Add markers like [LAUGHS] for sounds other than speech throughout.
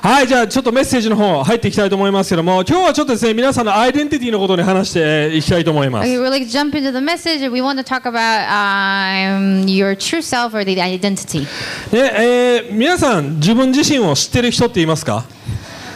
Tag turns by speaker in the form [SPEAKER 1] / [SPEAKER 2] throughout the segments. [SPEAKER 1] はいじゃあちょっとメッセージの方入っていきたいと思いますけども今日はちょっとですね皆さんのアイデンティティのことに話していきたいと思います
[SPEAKER 2] Okay, we're like jump into the message. and We want to talk about um, your true self or the identity.
[SPEAKER 1] ねえー皆さん自分自身を知ってる人っていますか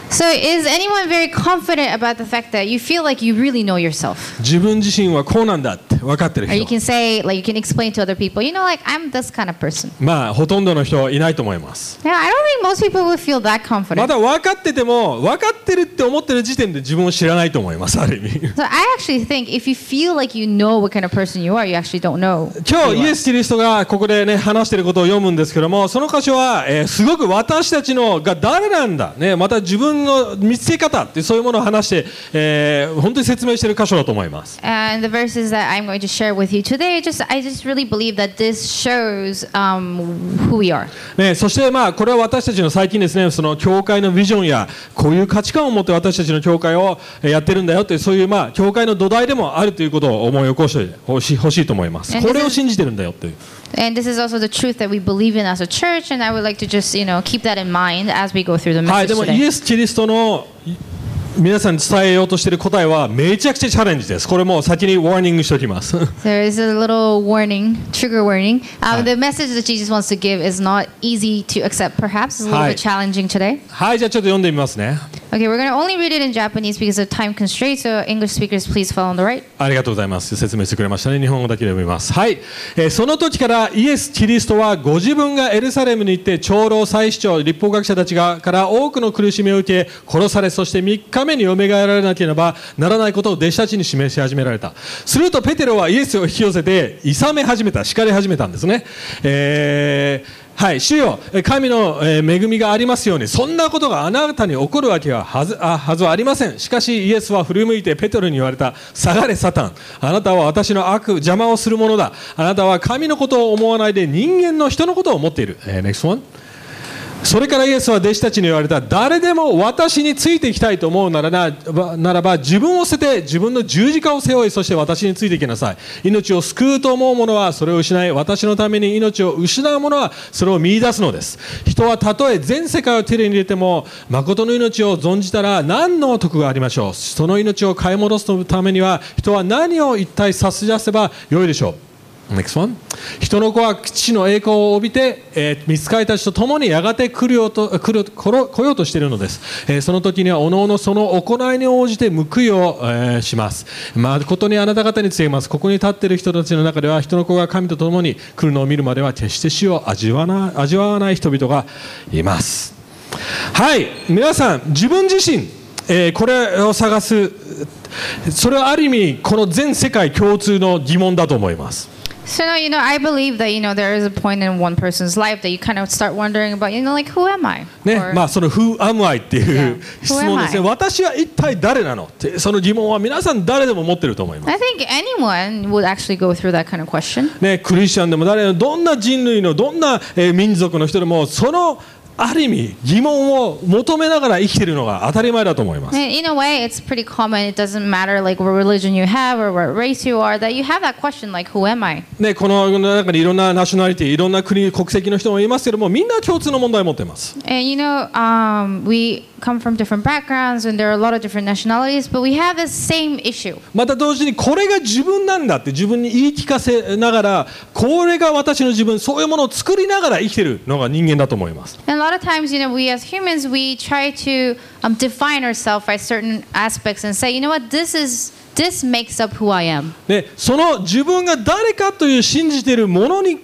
[SPEAKER 2] So, is anyone very confident about the fact that you feel like you really know yourself?
[SPEAKER 1] 自分自身はこうなんだって分かってる
[SPEAKER 2] Or you
[SPEAKER 1] 人
[SPEAKER 2] can say, like, you can explain to other people, you know, like, I'm this kind of person.
[SPEAKER 1] まあほとんどの人はいないと思います。
[SPEAKER 2] Yeah, I don't think most people would feel that
[SPEAKER 1] ま
[SPEAKER 2] confident.
[SPEAKER 1] だ分かってても分かってるって思ってる時点で自分を知らないと思いますある意味。
[SPEAKER 2] So, I actually think if you feel like you know what kind of person you are, you actually don't know.
[SPEAKER 1] 今日イエス・キリストがここでね話してることを読むんですけどもその箇所は、えーすごく私たちのが誰なんだ、ね、また自分の見つけ方ってそういうものを話して、えー本当に説明してる箇所だと思います。
[SPEAKER 2] And the verses that I'm going to share with you today, just I just really believe that this shows um, who we are.
[SPEAKER 1] ね、そしてまあこれは私たちの最近ですねその教会のビジョンやこういう価値観を持って私たちの教会をえーやってるんだよというそういうまあ教会の土台でもあるということを思い起こしてほしほしいと思います
[SPEAKER 2] え
[SPEAKER 1] これを信じてるんだよという
[SPEAKER 2] And this is also the truth that we believe in as a church, and I would like to just you know keep that in mind as we go through the
[SPEAKER 1] はい
[SPEAKER 2] message
[SPEAKER 1] でも
[SPEAKER 2] today.
[SPEAKER 1] イエス・キリストのい皆さんに伝えようとしている答えはめちゃくちゃチャレンジですこれもう先にワーニングしておきます [LAUGHS]
[SPEAKER 2] There is a little warning, trigger warning. Um, the message that Jesus wants to give is not easy to accept. Perhaps it's a little
[SPEAKER 1] Hi.
[SPEAKER 2] bit challenging today.
[SPEAKER 1] はいじゃあちょっと読んでみますね
[SPEAKER 2] Okay, we're gonna only read it in Japanese because of time constraints. So English speakers, please follow on the right.
[SPEAKER 1] ありがとうございます。説明してくれましたね。日本語だけで読みます。はい。えーその時からイエス・キリストはご自分がエルサレムに行って長老、祭司長、立法学者たちがから多くの苦しみを受け、殺され、そして3日目に蘇られなければならないことを弟子たちに示し始められた。するとペテロはイエスを引き寄せて、諌め始めた、叱り始めたんですね。えーはい、主よ、えー神のえー恵みがありますように、そんなことがあなたに起こるわけははずあはずはありません。しかし、イエスは振り向いてペトロに言われた、下がれ、サタン、あなたは私の悪、邪魔をするものだ、あなたは神のことを思わないで、人間の人のことを思っている。えー next one それからイエスは弟子たちに言われた誰でも私についていきたいと思うならなならば自分を捨てて自分の十字架を背負いそして私についていきなさい命を救うと思う者はそれを失い私のために命を失う者はそれを見出すのです人はたとえ全世界を手に入れても誠の命を存じたら何の得がありましょうその命を買い戻すためには人は何を一体差し出せばよいでしょう Next one 人の子は父の栄光を帯びて、えー、見つかりたちと共にやがて来るよと来る来ろ来ようとしているのです、えーその時にはおのおのその行いに応じて報いを、えーします誠にあなた方に告げますここに立っている人たちの中では人の子が神と共に来るのを見るまでは決して死を味わな味わわない人々がいますはい皆さん自分自身、えーこれを探すそれはある意味この全世界共通の疑問だと思います
[SPEAKER 2] So now you know I believe that you know there is a point in one person's life that you kind of start wondering about. You know, like who am I?
[SPEAKER 1] ね
[SPEAKER 2] Or-
[SPEAKER 1] まあ、その「Who am I?」っていう
[SPEAKER 2] Yeah.
[SPEAKER 1] 質問ですね
[SPEAKER 2] Who am I?
[SPEAKER 1] 私は一体誰なのってその疑問は皆さん誰でも持ってると思います、
[SPEAKER 2] I think anyone would actually go through that kind of question.
[SPEAKER 1] ね、クリスチャンでも誰でもどんな人類のどんな、えー民族の人でもそのある意味疑問を求めながら生きてるのが当たり前だと思います
[SPEAKER 2] In in a way, it's pretty common. It doesn't matter like what religion you have or what race you are that you have that question like, who am I?
[SPEAKER 1] ね、この世の中にいろんなナショナリティいろんな国国籍の人もいますけどもみんな共通の問題を持っています
[SPEAKER 2] And you know, um, we come from different backgrounds and there are a lot of different nationalities, but we have the same issue.
[SPEAKER 1] また同時にこれが自分なんだって自分に言い聞かせながらこれが私の自分そういうものを作りながら生きてるのが人間だと思います
[SPEAKER 2] And a lot of times, you know, we as humans we try to um, define ourselves by certain aspects and say, you know what, this is this makes up who I am.
[SPEAKER 1] でその自分が誰かという信じているものに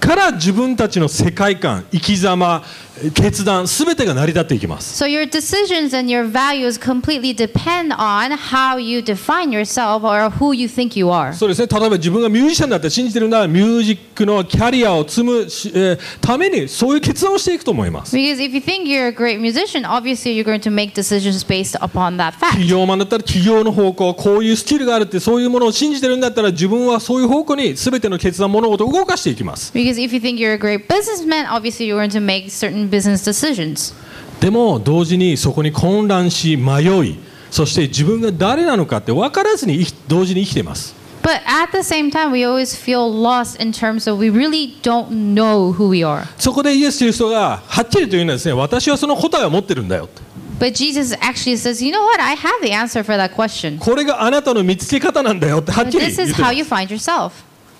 [SPEAKER 1] から自分たちの世界観生き様決断全てが成り立っていきます
[SPEAKER 2] So your decisions and your values completely depend on how you define yourself or who you think you are.
[SPEAKER 1] そうですね例えば自分がミュージシャンだって信じてるならミュージックのキャリアを積むし、えーためにそういう決断をしていくと思います
[SPEAKER 2] Because if you think you're a great musician, obviously you're going to make decisions based upon that fact.
[SPEAKER 1] 企業マンだったら企業の方向こういうスキルがあるってそういうものを信じてるんだったら自分はそういう方向に全ての決断物事を動かしていきます
[SPEAKER 2] Because if you think you're a great businessman, obviously you're going to make certain business decisions.
[SPEAKER 1] でも同時にそこに混乱し迷いそして自分が誰なのかって分からずに生き同時に生きています
[SPEAKER 2] But at the same time, we always feel lost in terms of we really don't know who we are.
[SPEAKER 1] そこでイエス・キリストがはっきりと言うのはですね私はその答えを持ってるんだよ
[SPEAKER 2] But Jesus actually says, you know what? I have the answer for that question.
[SPEAKER 1] これがあなたの見つけ方なんだよってはっ
[SPEAKER 2] But
[SPEAKER 1] きり言っ
[SPEAKER 2] this
[SPEAKER 1] て
[SPEAKER 2] is
[SPEAKER 1] る
[SPEAKER 2] how Ah, you find yourself.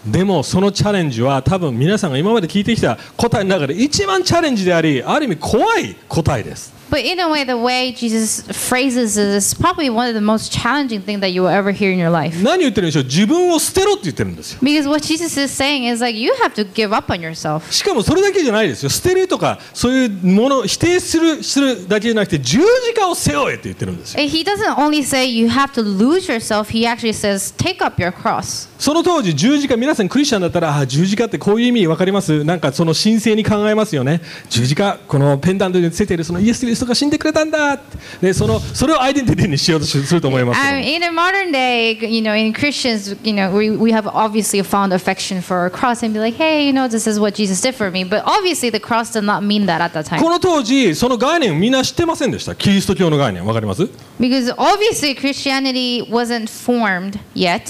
[SPEAKER 1] でもそのチャレンジは多分皆さんが今まで聞いてきた答えの中で一番チャレンジでありある意味怖い答えです
[SPEAKER 2] But in a way, the way Jesus phrases this is probably one of the most challenging things that you will ever hear in your life.
[SPEAKER 1] 何言ってるんでしょう自分を捨てろって言ってるんですよ
[SPEAKER 2] Because what Jesus is saying is like, you have to give up on yourself.
[SPEAKER 1] しかもそれだけじゃないですよ捨てるとかそういうものを否定するするだけじゃなくて十字架を背負えって言ってるんですよ
[SPEAKER 2] And Eh, He doesn't only say you have to lose yourself, He actually says, take up your cross.
[SPEAKER 1] その当時十字架皆さんクリスチャンだったらあー十字架ってこういう意味わかりますなんかその神聖に考えますよね十字架このペンダントについているそのイエス・キリストが死んでくれたんだってでそのそれをアイデンティティにしようとすると思います
[SPEAKER 2] Um, in a modern day, you know, in Christians, you know, we, we have obviously a fond affection for our cross and be like, hey, you know, this is what Jesus did for me. But obviously, the cross did not mean that at that time.
[SPEAKER 1] この当時その概念みんな知ってませんでしたキリスト教の概念わかります
[SPEAKER 2] Because obviously, Christianity wasn't formed yet.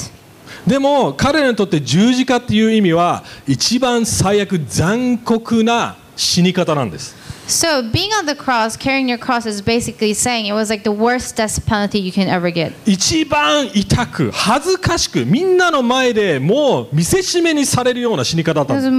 [SPEAKER 1] でも彼らにとって十字架っていう意味は一番最悪残酷な死に方なんです
[SPEAKER 2] So, being on the cross, carrying your cross, is basically saying it was like the worst death penalty you can ever get.
[SPEAKER 1] 一番痛く恥ずかしくみんなの前でもう見せしめにされるような死に方だっ
[SPEAKER 2] It
[SPEAKER 1] たん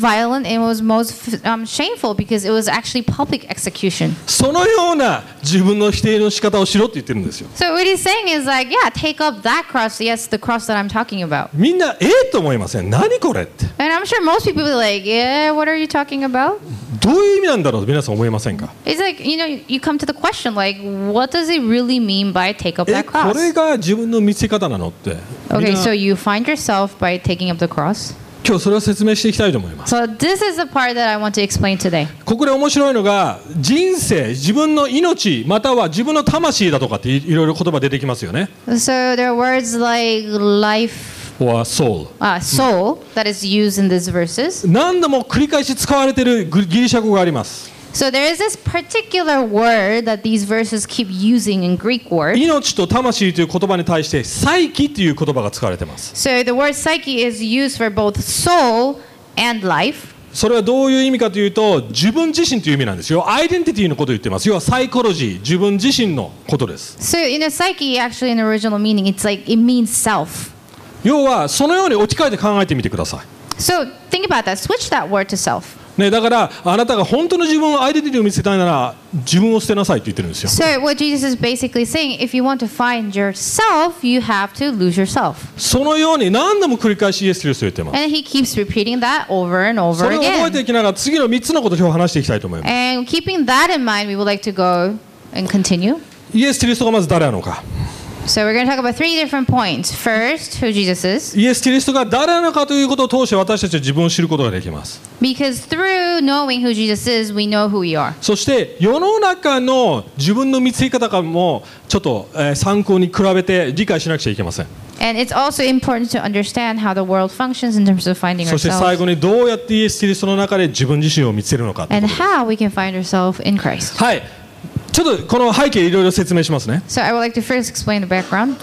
[SPEAKER 1] だ
[SPEAKER 2] most violent and it was most um, shameful because it was actually public execution.
[SPEAKER 1] そのような自分の否定の仕方をしろって言ってるんですよ
[SPEAKER 2] So, what he's saying is like, yeah, take up that cross. Yes, the cross that I'm talking about.
[SPEAKER 1] みんなええと思いません何これって
[SPEAKER 2] And I'm sure most people be like, yeah, what are you talking about?
[SPEAKER 1] どういう意味なんだろうと皆さん思いませんか
[SPEAKER 2] It's like, you know, you come to the question, like, what does it really mean by take up
[SPEAKER 1] え
[SPEAKER 2] that
[SPEAKER 1] こ
[SPEAKER 2] cross?
[SPEAKER 1] れが自分の見せ方なのってみん
[SPEAKER 2] Okay,
[SPEAKER 1] な
[SPEAKER 2] so you find yourself by taking up the cross.
[SPEAKER 1] 今日それを説明していきたいと思います
[SPEAKER 2] So, this is the part that I want to explain today.
[SPEAKER 1] ここで面白いのが人生自分の命または自分の魂だとかっていいろいろ言葉出てきますよね。
[SPEAKER 2] So, there are words like life,
[SPEAKER 1] or soul
[SPEAKER 2] uh, soul, that is used in these verses.
[SPEAKER 1] 何度も繰り返し使われているグギリシャ語があります。
[SPEAKER 2] So there is this particular word that these verses keep using in Greek word.
[SPEAKER 1] 命と魂という言葉に対して再起という言葉が使われています。
[SPEAKER 2] So the word psyche is used for both soul and life.
[SPEAKER 1] それはどういう意味かというと自分自身という意味なんですよ。アイデンティティのことを言ってます。要はサイコロジー自分自身のことです。
[SPEAKER 2] So you know psyche actually in the original meaning it's like it means self.
[SPEAKER 1] 要はそのように置き換えて考えてみてください。
[SPEAKER 2] So think about that. Switch that word to self.
[SPEAKER 1] ね、だからあなたが本当の自分をアイデンティティを見せたいなら自分を捨てなさいと言ってるんですよ。
[SPEAKER 2] So what Jesus is basically saying, if you want to find yourself, you have to lose yourself.
[SPEAKER 1] そのように何度も繰り返しイエス・キリストを言っています。
[SPEAKER 2] And he keeps repeating that over and
[SPEAKER 1] そ
[SPEAKER 2] over
[SPEAKER 1] れを覚えて
[SPEAKER 2] again.
[SPEAKER 1] いきながら次の3つのことを今日話していきたいと思います。
[SPEAKER 2] And keeping that in mind, we would like to go and continue.
[SPEAKER 1] イエス・キリストがまず誰なのか。
[SPEAKER 2] So we're going to talk about three different points. First, who Jesus is,
[SPEAKER 1] イエス・キリストが誰なのかということを通して私たちは自分を知ることができます。
[SPEAKER 2] because through knowing who Jesus is, we know who we are.
[SPEAKER 1] そして世の中の自分の見つけ方かもちょっとえー参考に比べて理解しなくちゃいけません。
[SPEAKER 2] And it's also important to understand how the world functions in terms of finding
[SPEAKER 1] そして最
[SPEAKER 2] ourselves
[SPEAKER 1] 後にどうやってイエス・キリストの中で自分自身を見つけるのかという
[SPEAKER 2] and [LAUGHS]
[SPEAKER 1] ことです。
[SPEAKER 2] how we can find ourselves in Christ.
[SPEAKER 1] はい。ちょっとこの背景いろいろ説明しますね。
[SPEAKER 2] So I would like to first explain the background.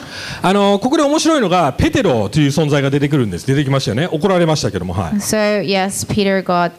[SPEAKER 1] あのここで面白いのがペテロという存在が出てくるんです。出てきましたよね。怒られましたけども、はい。
[SPEAKER 2] So yes, Peter got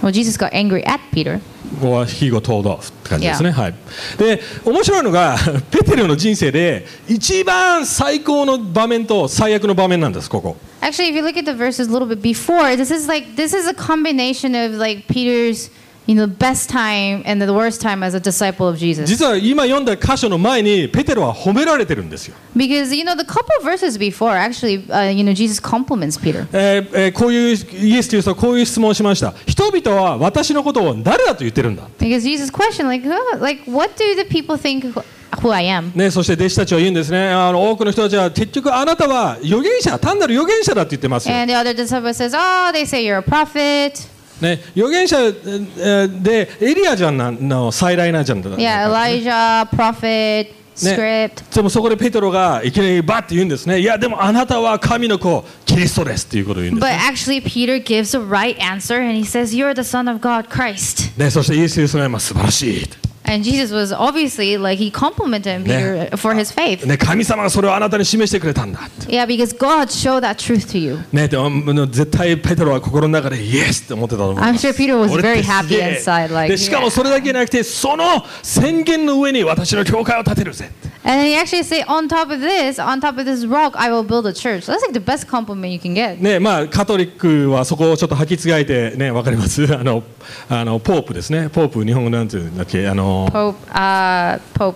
[SPEAKER 2] well, Jesus got angry at Peter.
[SPEAKER 1] ここは非語東道って感じですね。
[SPEAKER 2] Yeah.
[SPEAKER 1] はい。で面白いのが [LAUGHS] ペテロの人生で一番最高の場面と最悪の場面なんです。ここ。
[SPEAKER 2] Actually, if you look at the verses a little bit before, this is like this is a combination of like Peter's you know best time and the worst time as a disciple of Jesus.
[SPEAKER 1] 実は今読んだ箇所の前にペテロは褒められてるんですよ。
[SPEAKER 2] Because you know the couple verses before, actually, uh, you know Jesus compliments Peter.
[SPEAKER 1] えーえーこういうイエスという人はこういう質問をしました。人々は私のことを誰だと言ってるんだ。
[SPEAKER 2] Because Jesus questioned, like, "Huh, like what do the people think who, who I am?
[SPEAKER 1] ね、そして弟子たちは言うんですね。あの多くの人たちは結局あなたは預言者、単なる預言者だって言ってますよ。
[SPEAKER 2] And the other disciple says, "Oh, they say you're a prophet.
[SPEAKER 1] ね、預言者えーでエリアじゃんなの再来なんじゃんだ。
[SPEAKER 2] Yeah, Elijah, prophet, script."
[SPEAKER 1] でもそこでペトロがいきなりバッて言うんですね。いやでもあなたは神の子キリストですっていうことを言うんで
[SPEAKER 2] But
[SPEAKER 1] す。
[SPEAKER 2] actually, Peter gives the right answer, and he says, "You're the Son of God, Christ."
[SPEAKER 1] ね、そしてイエス・キリストが今素晴らしいって。
[SPEAKER 2] And Jesus was obviously like he complimented Peter for his faith.
[SPEAKER 1] ね、神様がそれをあなたに示してくれたんだって、
[SPEAKER 2] Yeah, because God showed that truth to you.
[SPEAKER 1] ね、であの絶対ペテロは心の中でイエスって思ってたと思う
[SPEAKER 2] I'm sure Peter was
[SPEAKER 1] 俺っ
[SPEAKER 2] very
[SPEAKER 1] てす
[SPEAKER 2] happy
[SPEAKER 1] げえ
[SPEAKER 2] inside, like,
[SPEAKER 1] でしかもそれだけじゃなくてその宣言の上に私の教会を建てるぜ
[SPEAKER 2] And then he actually say, on top of this, on top of this rock, I will build a church. That's like the best compliment you can get.
[SPEAKER 1] ねまあ、カトリックはそこをちょっと履き違えて、ね、わかりますあのあのポープですねポープ日本語なんていうんだっけあの
[SPEAKER 2] Pope, uh, Pope.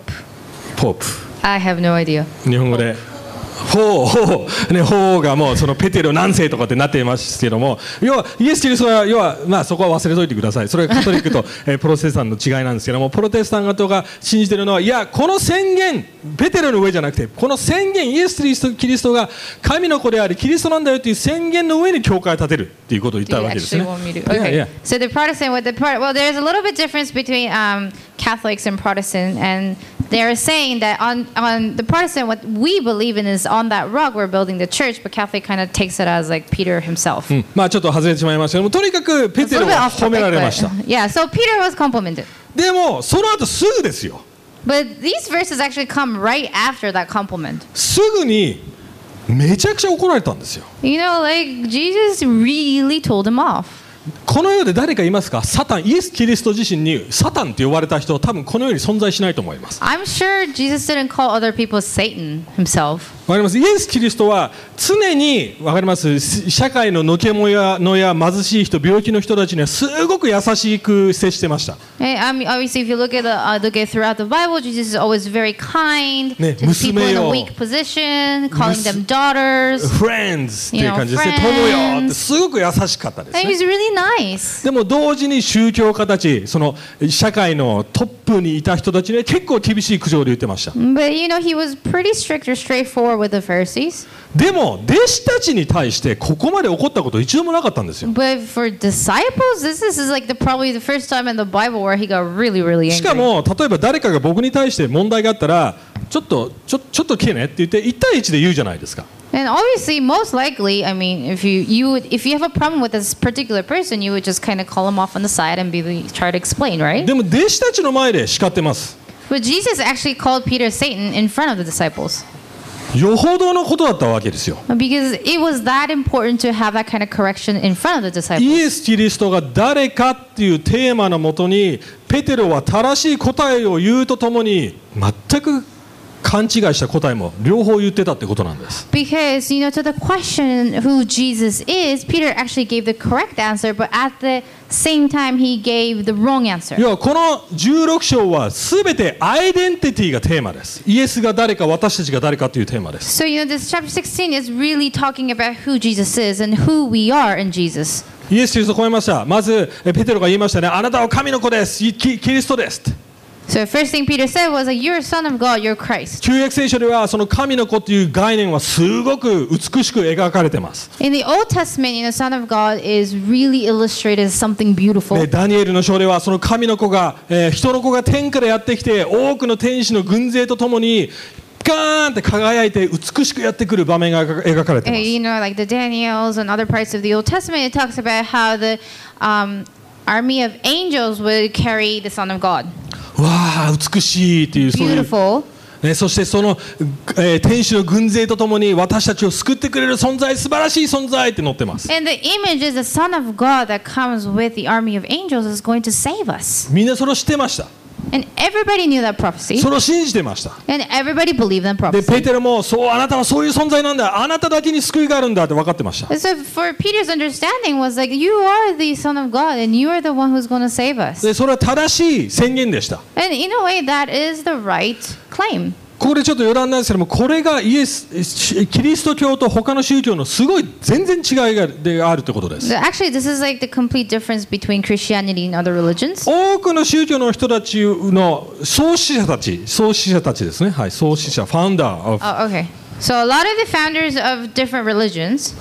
[SPEAKER 1] ポープ
[SPEAKER 2] I have no idea.
[SPEAKER 1] 日本語で法法ね法がもうそのペテロ何世とかってなっていますけども要はイエス・キリストは要はまあそこは忘れといてくださいそれがカトリック [LAUGHS] とえープロテスタントの違いなんですけどもプロテスタントが信じてるのはいやこの宣言ペテロの上じゃなくてこの宣言イエス・キリストキリストが神の子でありキリストなんだよという宣言の上に教会を建てるっていうことを言っ
[SPEAKER 2] Do
[SPEAKER 1] た
[SPEAKER 2] you
[SPEAKER 1] わけです
[SPEAKER 2] actually
[SPEAKER 1] ね。
[SPEAKER 2] want me to?
[SPEAKER 1] いやい
[SPEAKER 2] Okay.
[SPEAKER 1] や
[SPEAKER 2] So the Protestant with the part. Well, there's a little bit difference between um, Catholics and Protestant, and they're saying that on on the Protestant, what we believe in is on that rock we're building the church, but Catholic kind of takes it as like Peter himself.
[SPEAKER 1] うんまあちょっと外れてしまいましたけどもとにかくペ
[SPEAKER 2] It's a
[SPEAKER 1] テロ
[SPEAKER 2] little bit
[SPEAKER 1] は
[SPEAKER 2] off
[SPEAKER 1] 褒め
[SPEAKER 2] topic,
[SPEAKER 1] られました
[SPEAKER 2] but [LAUGHS] yeah. So Peter was complimented.
[SPEAKER 1] でもその後すぐですよ
[SPEAKER 2] But these verses actually come right after that compliment.
[SPEAKER 1] すぐにめちゃくちゃ怒られたんですよ
[SPEAKER 2] You know, like Jesus really told him off.
[SPEAKER 1] この世で誰かいますかサタンイエス・キリスト自身にサタンって呼ばれた人は多分この世に存在しないと思います
[SPEAKER 2] I'm sure Jesus didn't call other people Satan himself.
[SPEAKER 1] わかりますイエス・キリストは常にわかりますし社会ののけもやのや貧しい人病気の人たちにはすごく優しく接してました、
[SPEAKER 2] Hey, I mean, um, obviously, if you look at the uh, look at throughout the Bible, Jesus is always very kind
[SPEAKER 1] Ne,
[SPEAKER 2] to the people in a
[SPEAKER 1] musume-yo.
[SPEAKER 2] weak position, calling
[SPEAKER 1] Mus-
[SPEAKER 2] them daughters.
[SPEAKER 1] Friends っていう感じですね
[SPEAKER 2] You know,
[SPEAKER 1] 友よ
[SPEAKER 2] friends.
[SPEAKER 1] ってすごく優しかったです
[SPEAKER 2] And
[SPEAKER 1] ね
[SPEAKER 2] he's really nice.
[SPEAKER 1] でも同時に宗教家たちその社会のトップにいた人たちには結構厳しい苦情で言ってました
[SPEAKER 2] But you know, he was pretty strict or straightforward with the Pharisees.
[SPEAKER 1] でも弟子たちに対してここまで怒ったこと一度もなかったんですよ
[SPEAKER 2] But for disciples, this, this is like the probably the first time in the Bible where he got really, really
[SPEAKER 1] しか
[SPEAKER 2] angry.
[SPEAKER 1] も例えば誰かが僕に対して問題があったらちょっとちょちょっと来てねって言って1対1で言うじゃないですか
[SPEAKER 2] And obviously, most likely, I mean, if you you would if you have a problem with this particular person, you would just kind of call him off on the side and be try to explain, right?
[SPEAKER 1] でも弟子たちの前で叱ってます
[SPEAKER 2] But Jesus actually called Peter Satan in front of the disciples
[SPEAKER 1] よほどのことだったわけですよ
[SPEAKER 2] because it was that important to have that kind of correction in front of the disciples.
[SPEAKER 1] イエス・キリストが誰かっていうテーマのもとにペテロは正しい答えを言うとともに全く勘違いした答えも両方言ってたってことなんです
[SPEAKER 2] Because, you know, to the question who Jesus is, Peter actually gave the correct answer, but at the same time, he gave the wrong answer.
[SPEAKER 1] 要はこの16章は全てアイデンティティがテーマですイエスが誰か私たちが誰かというテーマです
[SPEAKER 2] So, you know, this chapter 16 is really talking about who Jesus is and who we are in Jesus.
[SPEAKER 1] イエス・キリストを超えましたまずえペテロが言いましたねあなたは神の子ですイキキリストですって
[SPEAKER 2] So, first thing Peter said was, like, You're a son of God, you're Christ.
[SPEAKER 1] 旧約聖書ではその神の子という概念はすごく美しく描かれてます、
[SPEAKER 2] In the Old Testament, you know, son of God is really illustrated as something beautiful.
[SPEAKER 1] ね、ダニエルの章ではその神の子が、えー人の子が天からやってきて多くの天使の軍勢とともにガーンって輝いて美しくやってくる場面が描かれて
[SPEAKER 2] Uh,
[SPEAKER 1] ます
[SPEAKER 2] you know, like the Daniels and other parts of the Old Testament, it talks about how the um, army of angels would carry the Son of God.
[SPEAKER 1] わあ美しいっていうそういう
[SPEAKER 2] Beautiful.
[SPEAKER 1] ね、そしてその、えー天使の軍勢とともに私たちを救ってくれる存在素晴らしい存在って載ってます
[SPEAKER 2] And the image is the Son of God that comes with the army of angels is going to save us.
[SPEAKER 1] みんなそれを知ってました
[SPEAKER 2] And everybody knew that prophecy.
[SPEAKER 1] それを信じてました
[SPEAKER 2] And everybody believed that
[SPEAKER 1] で
[SPEAKER 2] prophecy.
[SPEAKER 1] ペテロもそうあなたはそういう存在なんだあなただけに救いがあるんだって分かってました
[SPEAKER 2] And So for Peter's understanding was like, you are the Son of God and you are the one who's going to save us.
[SPEAKER 1] でそれは正しい宣言でした
[SPEAKER 2] And in a way, that is the right claim.
[SPEAKER 1] ここでちょっと余談なんですけどもこれがイエスキリスト教と他の宗教のすごい全然違いがであるってことです
[SPEAKER 2] So Actually, this is like the complete difference between Christianity and other religions.
[SPEAKER 1] 多くの宗教の人たちの創始者たち創始者たちですねはい創始者ファウンダー of
[SPEAKER 2] Oh, okay. So a lot of the founders of different religions,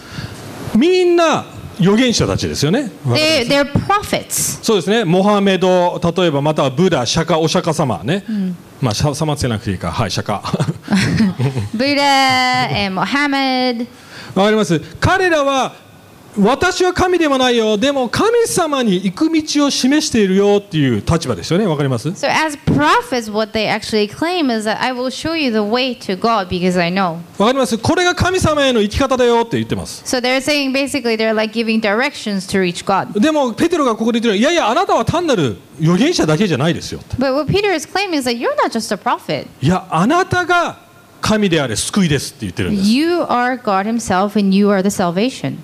[SPEAKER 1] みんな預言者たちですよね。
[SPEAKER 2] they they're prophets.
[SPEAKER 1] そうですね。モハメド、例えばまたはブダ、釈迦、お釈迦様ね。まあ、釈迦様って言わなくていいか。はい、釈迦。わ [LAUGHS] か
[SPEAKER 2] Buddha and
[SPEAKER 1] り
[SPEAKER 2] Mohammed.
[SPEAKER 1] ます。彼らは私は神ではないよでも神様に行く道を示しているよっていう立場ですよねわかります
[SPEAKER 2] So, as prophets, what they actually claim is that I will show you the way to God because I know.
[SPEAKER 1] わかりますこれが神様への生き方だよって言ってます
[SPEAKER 2] So, they're saying basically they're like giving directions to reach God.
[SPEAKER 1] でもペテロがここで言ってるのはいやいやあなたは単なる預言者だけじゃないですよって
[SPEAKER 2] But what Peter is claiming is that you're not just a prophet,
[SPEAKER 1] いやあなたが神であれ救いですって言ってるんです
[SPEAKER 2] you are God Himself and you are the salvation.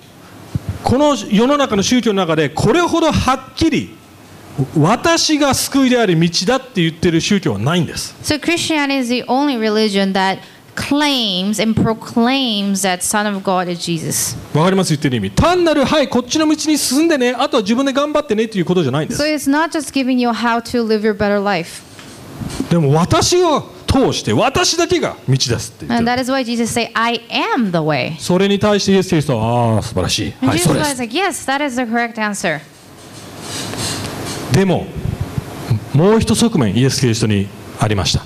[SPEAKER 1] この世の中の宗教の中でこれほどはっきり私が救いであり道だって言ってる宗教はないんです
[SPEAKER 2] So, Christianity is the only religion that claims and proclaims that Son of God is Jesus.
[SPEAKER 1] わかります言ってる意味単なるはいこっちの道に進んでねあとは自分で頑張ってねっていうことじゃないんです
[SPEAKER 2] So, it's not just giving you how to live your better life.
[SPEAKER 1] でも私を通して私だけが道ですって言って
[SPEAKER 2] And
[SPEAKER 1] る
[SPEAKER 2] that is why Jesus said, I am the way.
[SPEAKER 1] それに対してイエス・キリストはああ素晴らしい
[SPEAKER 2] And
[SPEAKER 1] はいそう
[SPEAKER 2] Jesus
[SPEAKER 1] で
[SPEAKER 2] was
[SPEAKER 1] す
[SPEAKER 2] like, Yes, that is the correct answer.
[SPEAKER 1] でももう一側面イエス・キリストにありました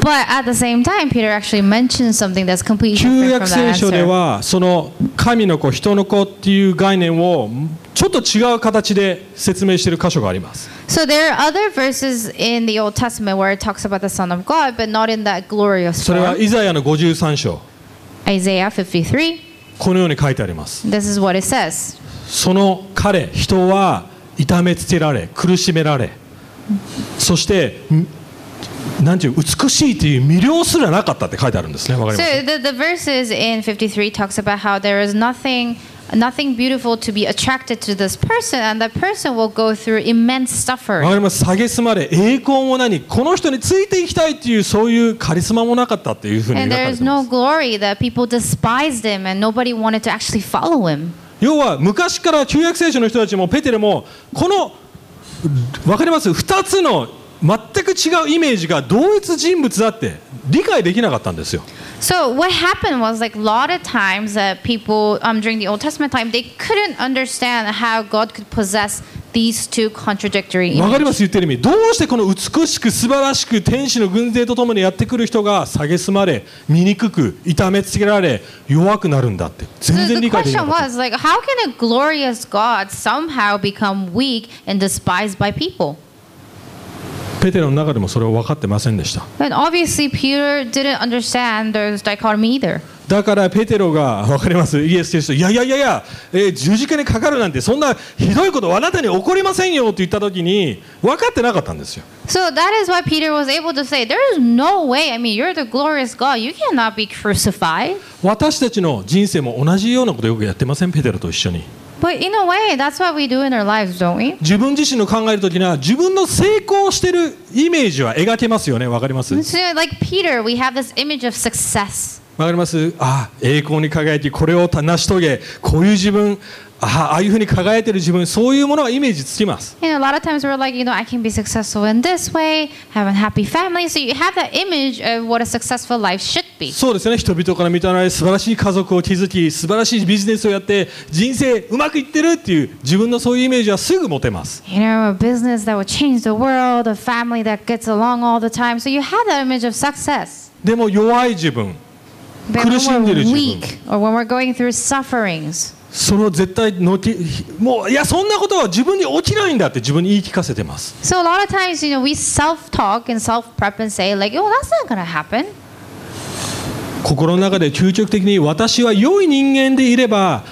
[SPEAKER 2] But at the same time, Peter actually mentions something that's completely
[SPEAKER 1] 旧
[SPEAKER 2] different
[SPEAKER 1] 約
[SPEAKER 2] from
[SPEAKER 1] 聖
[SPEAKER 2] that
[SPEAKER 1] 書で
[SPEAKER 2] answer.
[SPEAKER 1] はその神の子人の子っていう概念をちょっと違う形で説明している箇所があります
[SPEAKER 2] So there are other verses in the Old Testament where it talks about the Son of God, but not in that glorious
[SPEAKER 1] それは
[SPEAKER 2] form.
[SPEAKER 1] イザヤの53章
[SPEAKER 2] Isaiah 53.
[SPEAKER 1] このように書いてあります
[SPEAKER 2] This is what it says.
[SPEAKER 1] その彼人は痛めつけられ苦しめられそしてんなんていう美しいという魅了すらなかったって書いてあるんですねわかります
[SPEAKER 2] So the, the verses in 53 talks about how there is nothing nothing beautiful to be attracted to this person and that person will go through immense
[SPEAKER 1] わ
[SPEAKER 2] suffering.
[SPEAKER 1] かります蔑まれ栄光も何この人についていきたいっていうそういうカリスマもなかったっていうふうに描
[SPEAKER 2] And
[SPEAKER 1] か
[SPEAKER 2] there
[SPEAKER 1] れて
[SPEAKER 2] is
[SPEAKER 1] ま
[SPEAKER 2] no
[SPEAKER 1] す
[SPEAKER 2] glory that people despised him and nobody wanted to actually follow him.
[SPEAKER 1] 要は昔から旧約聖書の人たちもペテレもこのわかります2つの全く違うイメージが同一人物だって理解できなかったんですよ
[SPEAKER 2] So what happened was like a lot of times that people um, during the Old Testament time they couldn't understand how God could possess these two contradictory
[SPEAKER 1] わか
[SPEAKER 2] images.
[SPEAKER 1] ります言ってる意味どうしてこの美しく素晴らしく天使の軍勢とともにやってくる人が蔑まれ醜く痛めつけられ弱くなるんだって全
[SPEAKER 2] So
[SPEAKER 1] 然
[SPEAKER 2] the
[SPEAKER 1] 理解できな
[SPEAKER 2] question
[SPEAKER 1] かった
[SPEAKER 2] was like how can a glorious God somehow become weak and despised by people?
[SPEAKER 1] ペテロの中でもそれを分かってませんでした
[SPEAKER 2] And obviously Peter didn't understand those dichotomy either.
[SPEAKER 1] だからペテロが分かりますイエス・キリストいやいやいやいや、えー十字架にかかるなんてそんなひどいことはあなたに起こりませんよと言った時に分かってなかったんですよ
[SPEAKER 2] So that is why Peter was able to say, There is no way, I mean, you're the glorious God, you cannot be crucified.
[SPEAKER 1] 私たちの人生も同じようなことよくやってませんペテロと一緒に
[SPEAKER 2] But in a way, that's what we do in our lives, don't we?
[SPEAKER 1] 自分自身の考える時には自分の成功してるイメージは描けますよね分かります
[SPEAKER 2] So, like Peter, we have this image of success.
[SPEAKER 1] わかりますああ栄光に輝きこれを成し遂げこういう自分ああああいうふうに輝いてる自分そういうものがイメージつきます
[SPEAKER 2] You know, a lot of times we're like, you know, I can be successful in this way, have a happy family. So you have that image of what a successful life should be.
[SPEAKER 1] そうですね人々から認められ素晴らしい家族を築き素晴らしいビジネスをやって人生うまくいってるっていう自分のそういうイメージはすぐ持てます
[SPEAKER 2] You know, a business that will change the world, a family that gets along all the time. So you have that image of success.
[SPEAKER 1] でも弱い自分
[SPEAKER 2] But when we're
[SPEAKER 1] 苦しんでる自分。
[SPEAKER 2] weak or when we're going through sufferings,
[SPEAKER 1] それを絶対のきもういやそんなことは自分に起きないんだって自分に言い聞かせてます
[SPEAKER 2] So a lot of times, you know, we self-talk and self-prep and say like, "Oh, that's not gonna happen."
[SPEAKER 1] 心の中で究極的に私は良い人間でいれば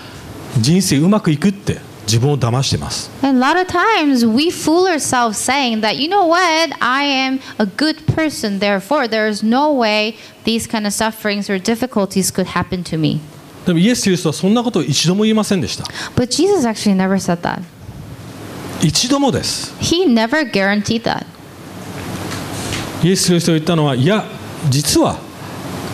[SPEAKER 1] 人生うまくいくって自分を騙してます
[SPEAKER 2] And a lot of times, we fool ourselves saying that, "You know what? I am a good person. Therefore, there is no way these kind of sufferings or difficulties could happen to me."
[SPEAKER 1] でもイエス・キリストはそんなことを一度も言いませんでした
[SPEAKER 2] But Jesus actually never said that.
[SPEAKER 1] 一度もです
[SPEAKER 2] He never guaranteed that. [LAUGHS]
[SPEAKER 1] イエス・キリストが言ったのはいや実は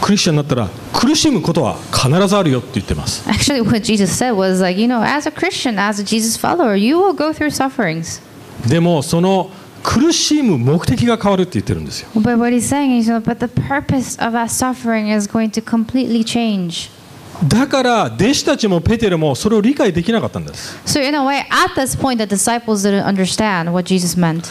[SPEAKER 1] クリスチャンになったら苦しむことは必ずあるよって言ってます
[SPEAKER 2] Actually, what Jesus said was like, you know, as a Christian, as a Jesus follower, you will go through sufferings.
[SPEAKER 1] でもその苦しむ目的が変わるって言ってるんですよ
[SPEAKER 2] But what he's saying is, you know, but the purpose of that suffering is going to completely change.
[SPEAKER 1] だから弟子たちもペテロもそれを理解できなかったんです
[SPEAKER 2] So in a way, at this point, the disciples didn't understand what Jesus meant.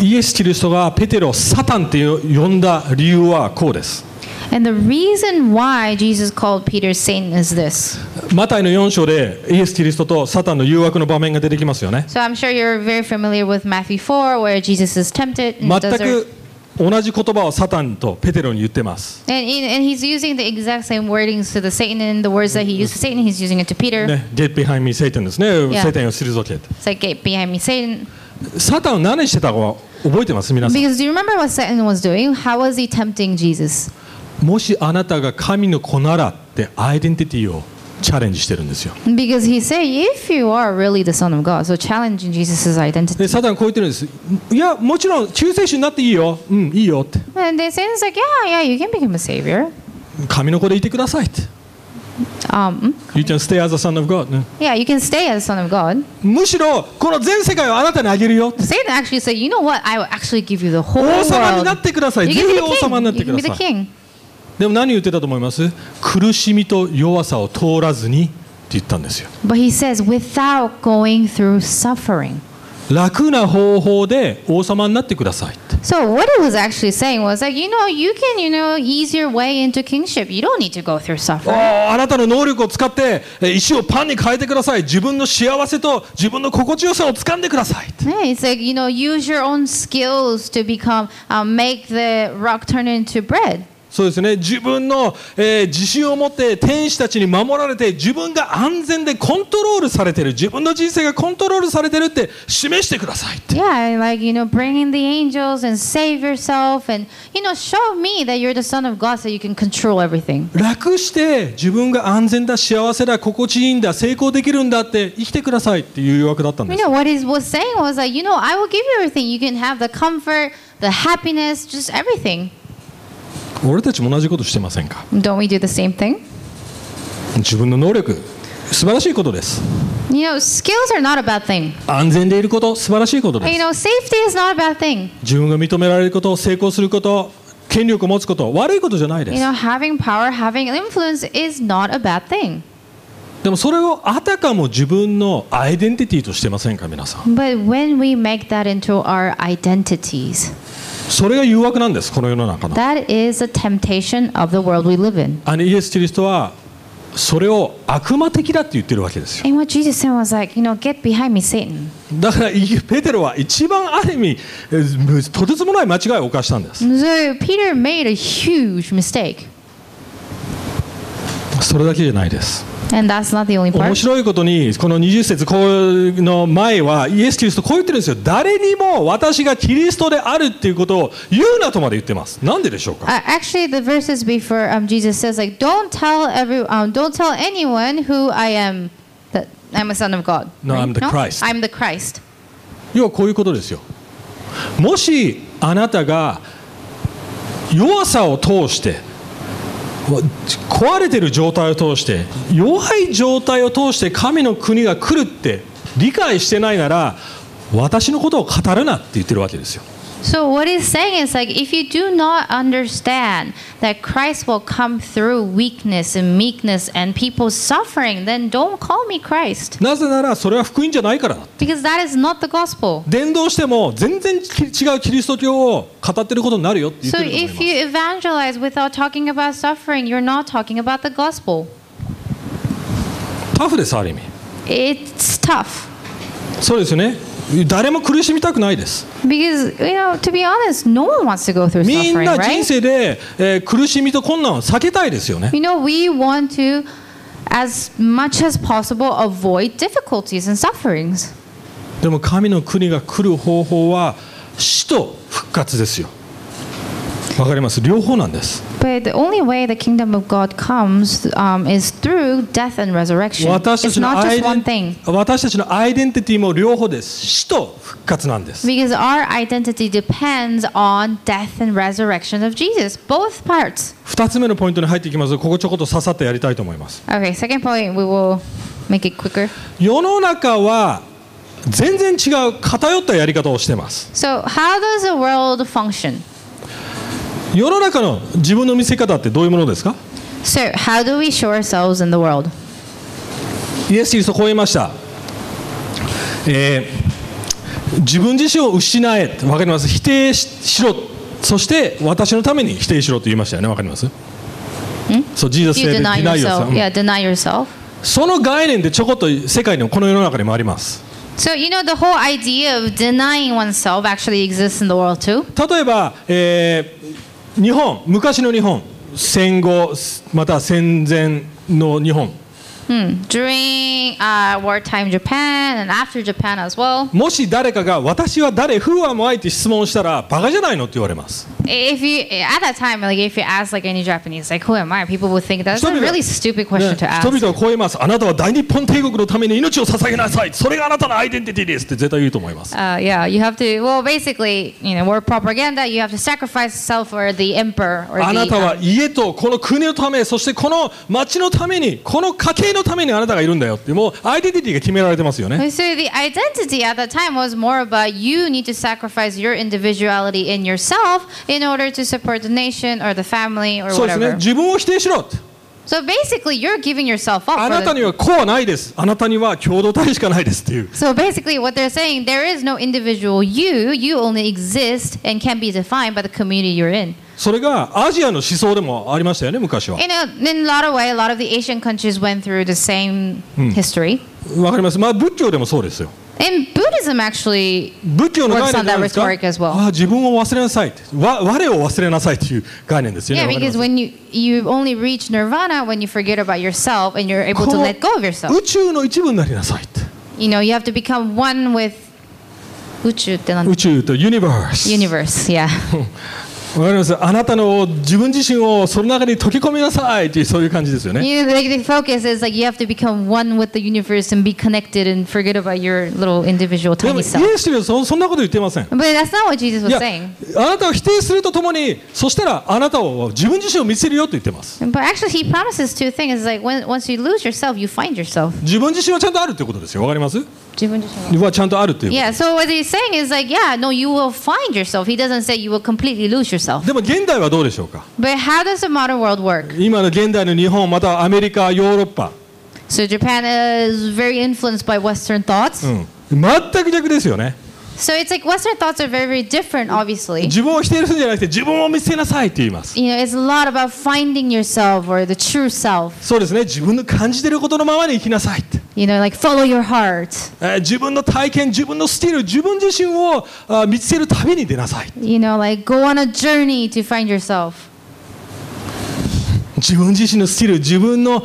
[SPEAKER 1] イエス・キリストがペテロをサタンって呼んだ理由はこうです
[SPEAKER 2] And the reason why Jesus called Peter Satan is this.
[SPEAKER 1] マタイの4章でイエス・キリストとサタンの誘惑の場面が出てきますよね
[SPEAKER 2] So I'm sure you're very familiar with Matthew 4, where Jesus is tempted. And,
[SPEAKER 1] 全
[SPEAKER 2] does a-
[SPEAKER 1] く同じ言葉をサタンとペテロに言ってます
[SPEAKER 2] and, and he's using the exact same wordings to the Satan and the words that he used to Satan, he's using it to Peter.
[SPEAKER 1] ね、Get behind me Satan ですね、
[SPEAKER 2] Yeah.
[SPEAKER 1] サタンを退けて
[SPEAKER 2] It's like, get behind me, Satan.
[SPEAKER 1] サタン何してたかは覚えてます皆さん
[SPEAKER 2] Because do you remember what Satan was doing? How was he tempting Jesus?
[SPEAKER 1] もしあなたが神の子ならってアイデンティティをチャレンジしてるんですよ
[SPEAKER 2] Because he said, if you are really the Son of God, so challenging Jesus' identity.
[SPEAKER 1] でサタンこう言ってるんですいやもちろん救世主になっていいようんいいよって
[SPEAKER 2] And then Satan's like, yeah, yeah, you can become a savior.
[SPEAKER 1] 神の子でいてくださいって。
[SPEAKER 2] Um,
[SPEAKER 1] You can stay as a son of God ね
[SPEAKER 2] yeah, you can stay as Son of God.
[SPEAKER 1] むしろこの全世界をあなたにあげるよって
[SPEAKER 2] Satan actually said, you know what? I will actually give you the whole
[SPEAKER 1] 王
[SPEAKER 2] world.
[SPEAKER 1] 様になってください
[SPEAKER 2] You
[SPEAKER 1] ぜ
[SPEAKER 2] can be
[SPEAKER 1] ひ
[SPEAKER 2] the
[SPEAKER 1] 王
[SPEAKER 2] king.
[SPEAKER 1] 様になって
[SPEAKER 2] You
[SPEAKER 1] く
[SPEAKER 2] can
[SPEAKER 1] だ
[SPEAKER 2] be the
[SPEAKER 1] さい
[SPEAKER 2] king.
[SPEAKER 1] でも何言ってたと思います苦しみと弱さを通らずにって言ったんですよ
[SPEAKER 2] But he says, without going through suffering.
[SPEAKER 1] 楽な方法で王様になってくださいって
[SPEAKER 2] So what it was actually saying was like, you know, you can, you know, ease your way into kingship. You don't need to go through
[SPEAKER 1] お
[SPEAKER 2] suffering.
[SPEAKER 1] ーあなたの能力を使ってえ石をパンに変えてください自分の幸せと自分の心地よさを掴んでくださいって
[SPEAKER 2] Yeah, it's like you know, use your own skills to become, um, make the rock turn into bread.
[SPEAKER 1] そうですね自分の、えー自信を持って天使たちに守られて自分が安全でコントロールされてる自分の人生がコントロールされてるって示してくださいって。
[SPEAKER 2] Yeah, and like you know, bring in the angels and save yourself, and you know, show me that you're the son of God, so you can control everything.
[SPEAKER 1] 楽して自分が安全だ幸せだ心地いいんだ成功できるんだって生きてくださいっていう誘惑だったん
[SPEAKER 2] You
[SPEAKER 1] です
[SPEAKER 2] know what he was saying was like, you know, I will give you everything. You can have the comfort, the happiness, just everything.
[SPEAKER 1] 俺たちも同じことしてませんか
[SPEAKER 2] Don't we do the same thing?
[SPEAKER 1] 自分の能力素晴らしいことです
[SPEAKER 2] You know, skills are not a bad thing.
[SPEAKER 1] 安全でいること素晴らしいことで
[SPEAKER 2] And, you
[SPEAKER 1] す
[SPEAKER 2] know, safety is not a bad thing.
[SPEAKER 1] 自分が認められること成功すること権力を持つこと悪いことじゃないで
[SPEAKER 2] You
[SPEAKER 1] す
[SPEAKER 2] know, having power, having influence is not a bad thing.
[SPEAKER 1] でもそれをあたかも自分のアイデンティティとしてませんか皆さん
[SPEAKER 2] But when we make that into our identities,
[SPEAKER 1] それが誘惑なんですこの世の中の
[SPEAKER 2] that is a temptation of the world we live in.
[SPEAKER 1] あのイエス・キリストはそれを悪魔的だって言ってるわけですよ
[SPEAKER 2] And what Jesus said was like, you know, get behind me, Satan.
[SPEAKER 1] だからいペテロは一番ある意味えーむとてつもない間違いを犯したんです
[SPEAKER 2] So Peter made a huge mistake.
[SPEAKER 1] それだけじゃないです
[SPEAKER 2] And that's not the only
[SPEAKER 1] 面
[SPEAKER 2] part.
[SPEAKER 1] 白いことにこの20節こうの前はイエス・キリストこう言ってるんですよ誰にも私がキリストであるっていうことを言うなとまで言ってますなんででしょうか
[SPEAKER 2] Uh, actually, the verses before um, Jesus says, like, don't tell every, um, don't tell anyone who I am. That I'm a son of God.
[SPEAKER 1] No, I'm the Christ.
[SPEAKER 2] I'm the Christ.
[SPEAKER 1] 要はこういうことですよもしあなたが弱さを通してわ壊れてる状態を通して弱い状態を通して神の国が来るって理解してないなら私のことを語るなって言ってるわけですよ
[SPEAKER 2] So what he's saying is like if you do not understand that Christ will come through weakness and meekness and people suffering, then don't call me Christ.
[SPEAKER 1] なぜならそれは福音じゃないからだ
[SPEAKER 2] Because that is not the gospel.
[SPEAKER 1] 伝道しても全然き違うキリスト教を語ってることになるよって言っ
[SPEAKER 2] So
[SPEAKER 1] てると思いま
[SPEAKER 2] if
[SPEAKER 1] す
[SPEAKER 2] you evangelize without talking about suffering, you're not talking about the gospel.
[SPEAKER 1] タフですある意味
[SPEAKER 2] It's tough.
[SPEAKER 1] そうですよね誰も苦しみたくないです
[SPEAKER 2] Because you know, to be honest, no one wants to go through
[SPEAKER 1] みん
[SPEAKER 2] suffering,
[SPEAKER 1] な人
[SPEAKER 2] right?
[SPEAKER 1] 生で、えー苦しみと困難を避けたいですよね
[SPEAKER 2] You know, we want to as much as possible avoid difficulties and sufferings.
[SPEAKER 1] でも神の国が来る方法は死と復活ですよわかります両方なんです
[SPEAKER 2] But the only way the kingdom of God comes um, is through death and resurrection.
[SPEAKER 1] 私た
[SPEAKER 2] It's
[SPEAKER 1] ちの
[SPEAKER 2] not
[SPEAKER 1] アイ
[SPEAKER 2] just
[SPEAKER 1] デ
[SPEAKER 2] one
[SPEAKER 1] ン
[SPEAKER 2] thing.
[SPEAKER 1] 私たちのアイデンティティも両方です死と復活なんです
[SPEAKER 2] Because our identity depends on death and resurrection of Jesus, both parts.
[SPEAKER 1] 2つ目のポイントに入っていきますここちょこっとささっとやりたいと思います
[SPEAKER 2] Okay, second point, we will make it quicker.
[SPEAKER 1] 世の中は全然違う偏ったやり方をしてます
[SPEAKER 2] So, how does the world function?
[SPEAKER 1] 世の中の自分の見せ方ってどういうものですか
[SPEAKER 2] So, how do we show ourselves in the world?
[SPEAKER 1] イエス・キリストこう言いました、えー自分自身を失えってわかります否定ししろそして私のために否定しろと言いましたよねわかりますそう Jesus
[SPEAKER 2] You
[SPEAKER 1] said
[SPEAKER 2] deny
[SPEAKER 1] deny yourself
[SPEAKER 2] yourself. Yeah, deny yourself.
[SPEAKER 1] その概念でちょこっと世界のこの世の中にもあります
[SPEAKER 2] So, you know, the whole idea of denying oneself actually exists in the world too.
[SPEAKER 1] 例えば、えー日本昔の日本戦後または戦前の日本
[SPEAKER 2] Hmm. During uh, wartime Japan and after Japan as well.
[SPEAKER 1] もし誰かが私は誰 Who am I って質問したらバカじゃないのって言われます
[SPEAKER 2] If you at that time, like if you ask like any Japanese, like who am I, people would think that's a
[SPEAKER 1] 人々
[SPEAKER 2] really stupid
[SPEAKER 1] ね
[SPEAKER 2] question to
[SPEAKER 1] 人
[SPEAKER 2] ask.
[SPEAKER 1] 々はこう言いますあなたは大日本帝国のために命を捧げなさいそれがあなたのアイデンティティですって絶対言うと思います
[SPEAKER 2] Uh, yeah, you have to. Well, basically, you know, war propaganda. You have to sacrifice yourself for the emperor or
[SPEAKER 1] あな
[SPEAKER 2] the.
[SPEAKER 1] た
[SPEAKER 2] um,
[SPEAKER 1] は家とこの国のためそしてこの町のためにこの家系のためにあなたがいるんだよってもうアイデンティティが決められてます
[SPEAKER 2] [LAUGHS]
[SPEAKER 1] よね
[SPEAKER 2] So the identity at that time was more about you need to sacrifice your individuality in yourself in order to support the nation or the family or
[SPEAKER 1] そうですね
[SPEAKER 2] whatever.
[SPEAKER 1] 自分を否定しろって
[SPEAKER 2] So basically, you're giving yourself up.
[SPEAKER 1] あ
[SPEAKER 2] for
[SPEAKER 1] なた
[SPEAKER 2] the-
[SPEAKER 1] にはこうはないですあなたには共同体しかないですっていう
[SPEAKER 2] So basically, what they're saying, there is no individual you. You only exist and can be defined by the community you're in.
[SPEAKER 1] それがアジアの思想でもありましたよね昔は
[SPEAKER 2] In a, in a lot of way, a lot of the Asian countries went through the same history.
[SPEAKER 1] わかりますまあ仏教でもそうですよ
[SPEAKER 2] And Buddhism actually
[SPEAKER 1] 仏教の概念じゃないですか
[SPEAKER 2] Works on that rhetoric as well.
[SPEAKER 1] ああ自分を忘れなさいってわ我を忘れなさいっていう概念ですよ
[SPEAKER 2] Yeah,
[SPEAKER 1] ねわかりま
[SPEAKER 2] because
[SPEAKER 1] す
[SPEAKER 2] when you you only reach nirvana when you forget about yourself and you're able
[SPEAKER 1] こ
[SPEAKER 2] to
[SPEAKER 1] の
[SPEAKER 2] let go of yourself.
[SPEAKER 1] 宇宙の一部になりなさいって
[SPEAKER 2] You know, you have to become one with 宇宙ってなんだ？
[SPEAKER 1] 宇宙とユニバース
[SPEAKER 2] universe. Yeah.
[SPEAKER 1] わかりますあなたの自分自身をその中に溶け込みなさいっていうそういう感じですよね
[SPEAKER 2] You like the focus is like you have to become one with the universe and be connected and forget about your little individual
[SPEAKER 1] でも
[SPEAKER 2] tiny
[SPEAKER 1] イエ
[SPEAKER 2] self.
[SPEAKER 1] スというのはそそんなこと言ってません
[SPEAKER 2] But that's not what Jesus
[SPEAKER 1] い
[SPEAKER 2] was
[SPEAKER 1] や
[SPEAKER 2] saying.
[SPEAKER 1] あなたを否定するとともにそしたらあなたを自分自身を見せるよと言ってます
[SPEAKER 2] But actually, he promises two things. Like when once you lose yourself, you find yourself.
[SPEAKER 1] 自分自身はちゃんとあるということですよわかります
[SPEAKER 2] 自分自身は。
[SPEAKER 1] はちゃんとあるということ
[SPEAKER 2] Yeah, so what he's saying is like, yeah, no, you will find yourself. He doesn't say you will completely lose yourself.
[SPEAKER 1] でも現代はどうでしょうか
[SPEAKER 2] But how does the modern world work?
[SPEAKER 1] 今の現代の日本またはアメリカヨーロッパ、
[SPEAKER 2] So Japan is very influenced by Western thoughts.
[SPEAKER 1] うん全く逆ですよね
[SPEAKER 2] So it's like Western thoughts are very, very different, obviously.
[SPEAKER 1] 自分を否定するんじゃなくて自分を見せなさいって言います
[SPEAKER 2] You know, it's a lot about finding yourself or the true self.
[SPEAKER 1] そうですね自分の感じてることのままに生きなさいって、
[SPEAKER 2] You know, like follow your heart.
[SPEAKER 1] えー自分の体験自分のスティール自分自身をあー見つける旅に出なさい
[SPEAKER 2] You know, like go on a journey to find yourself.
[SPEAKER 1] 自分自身のスティール自分の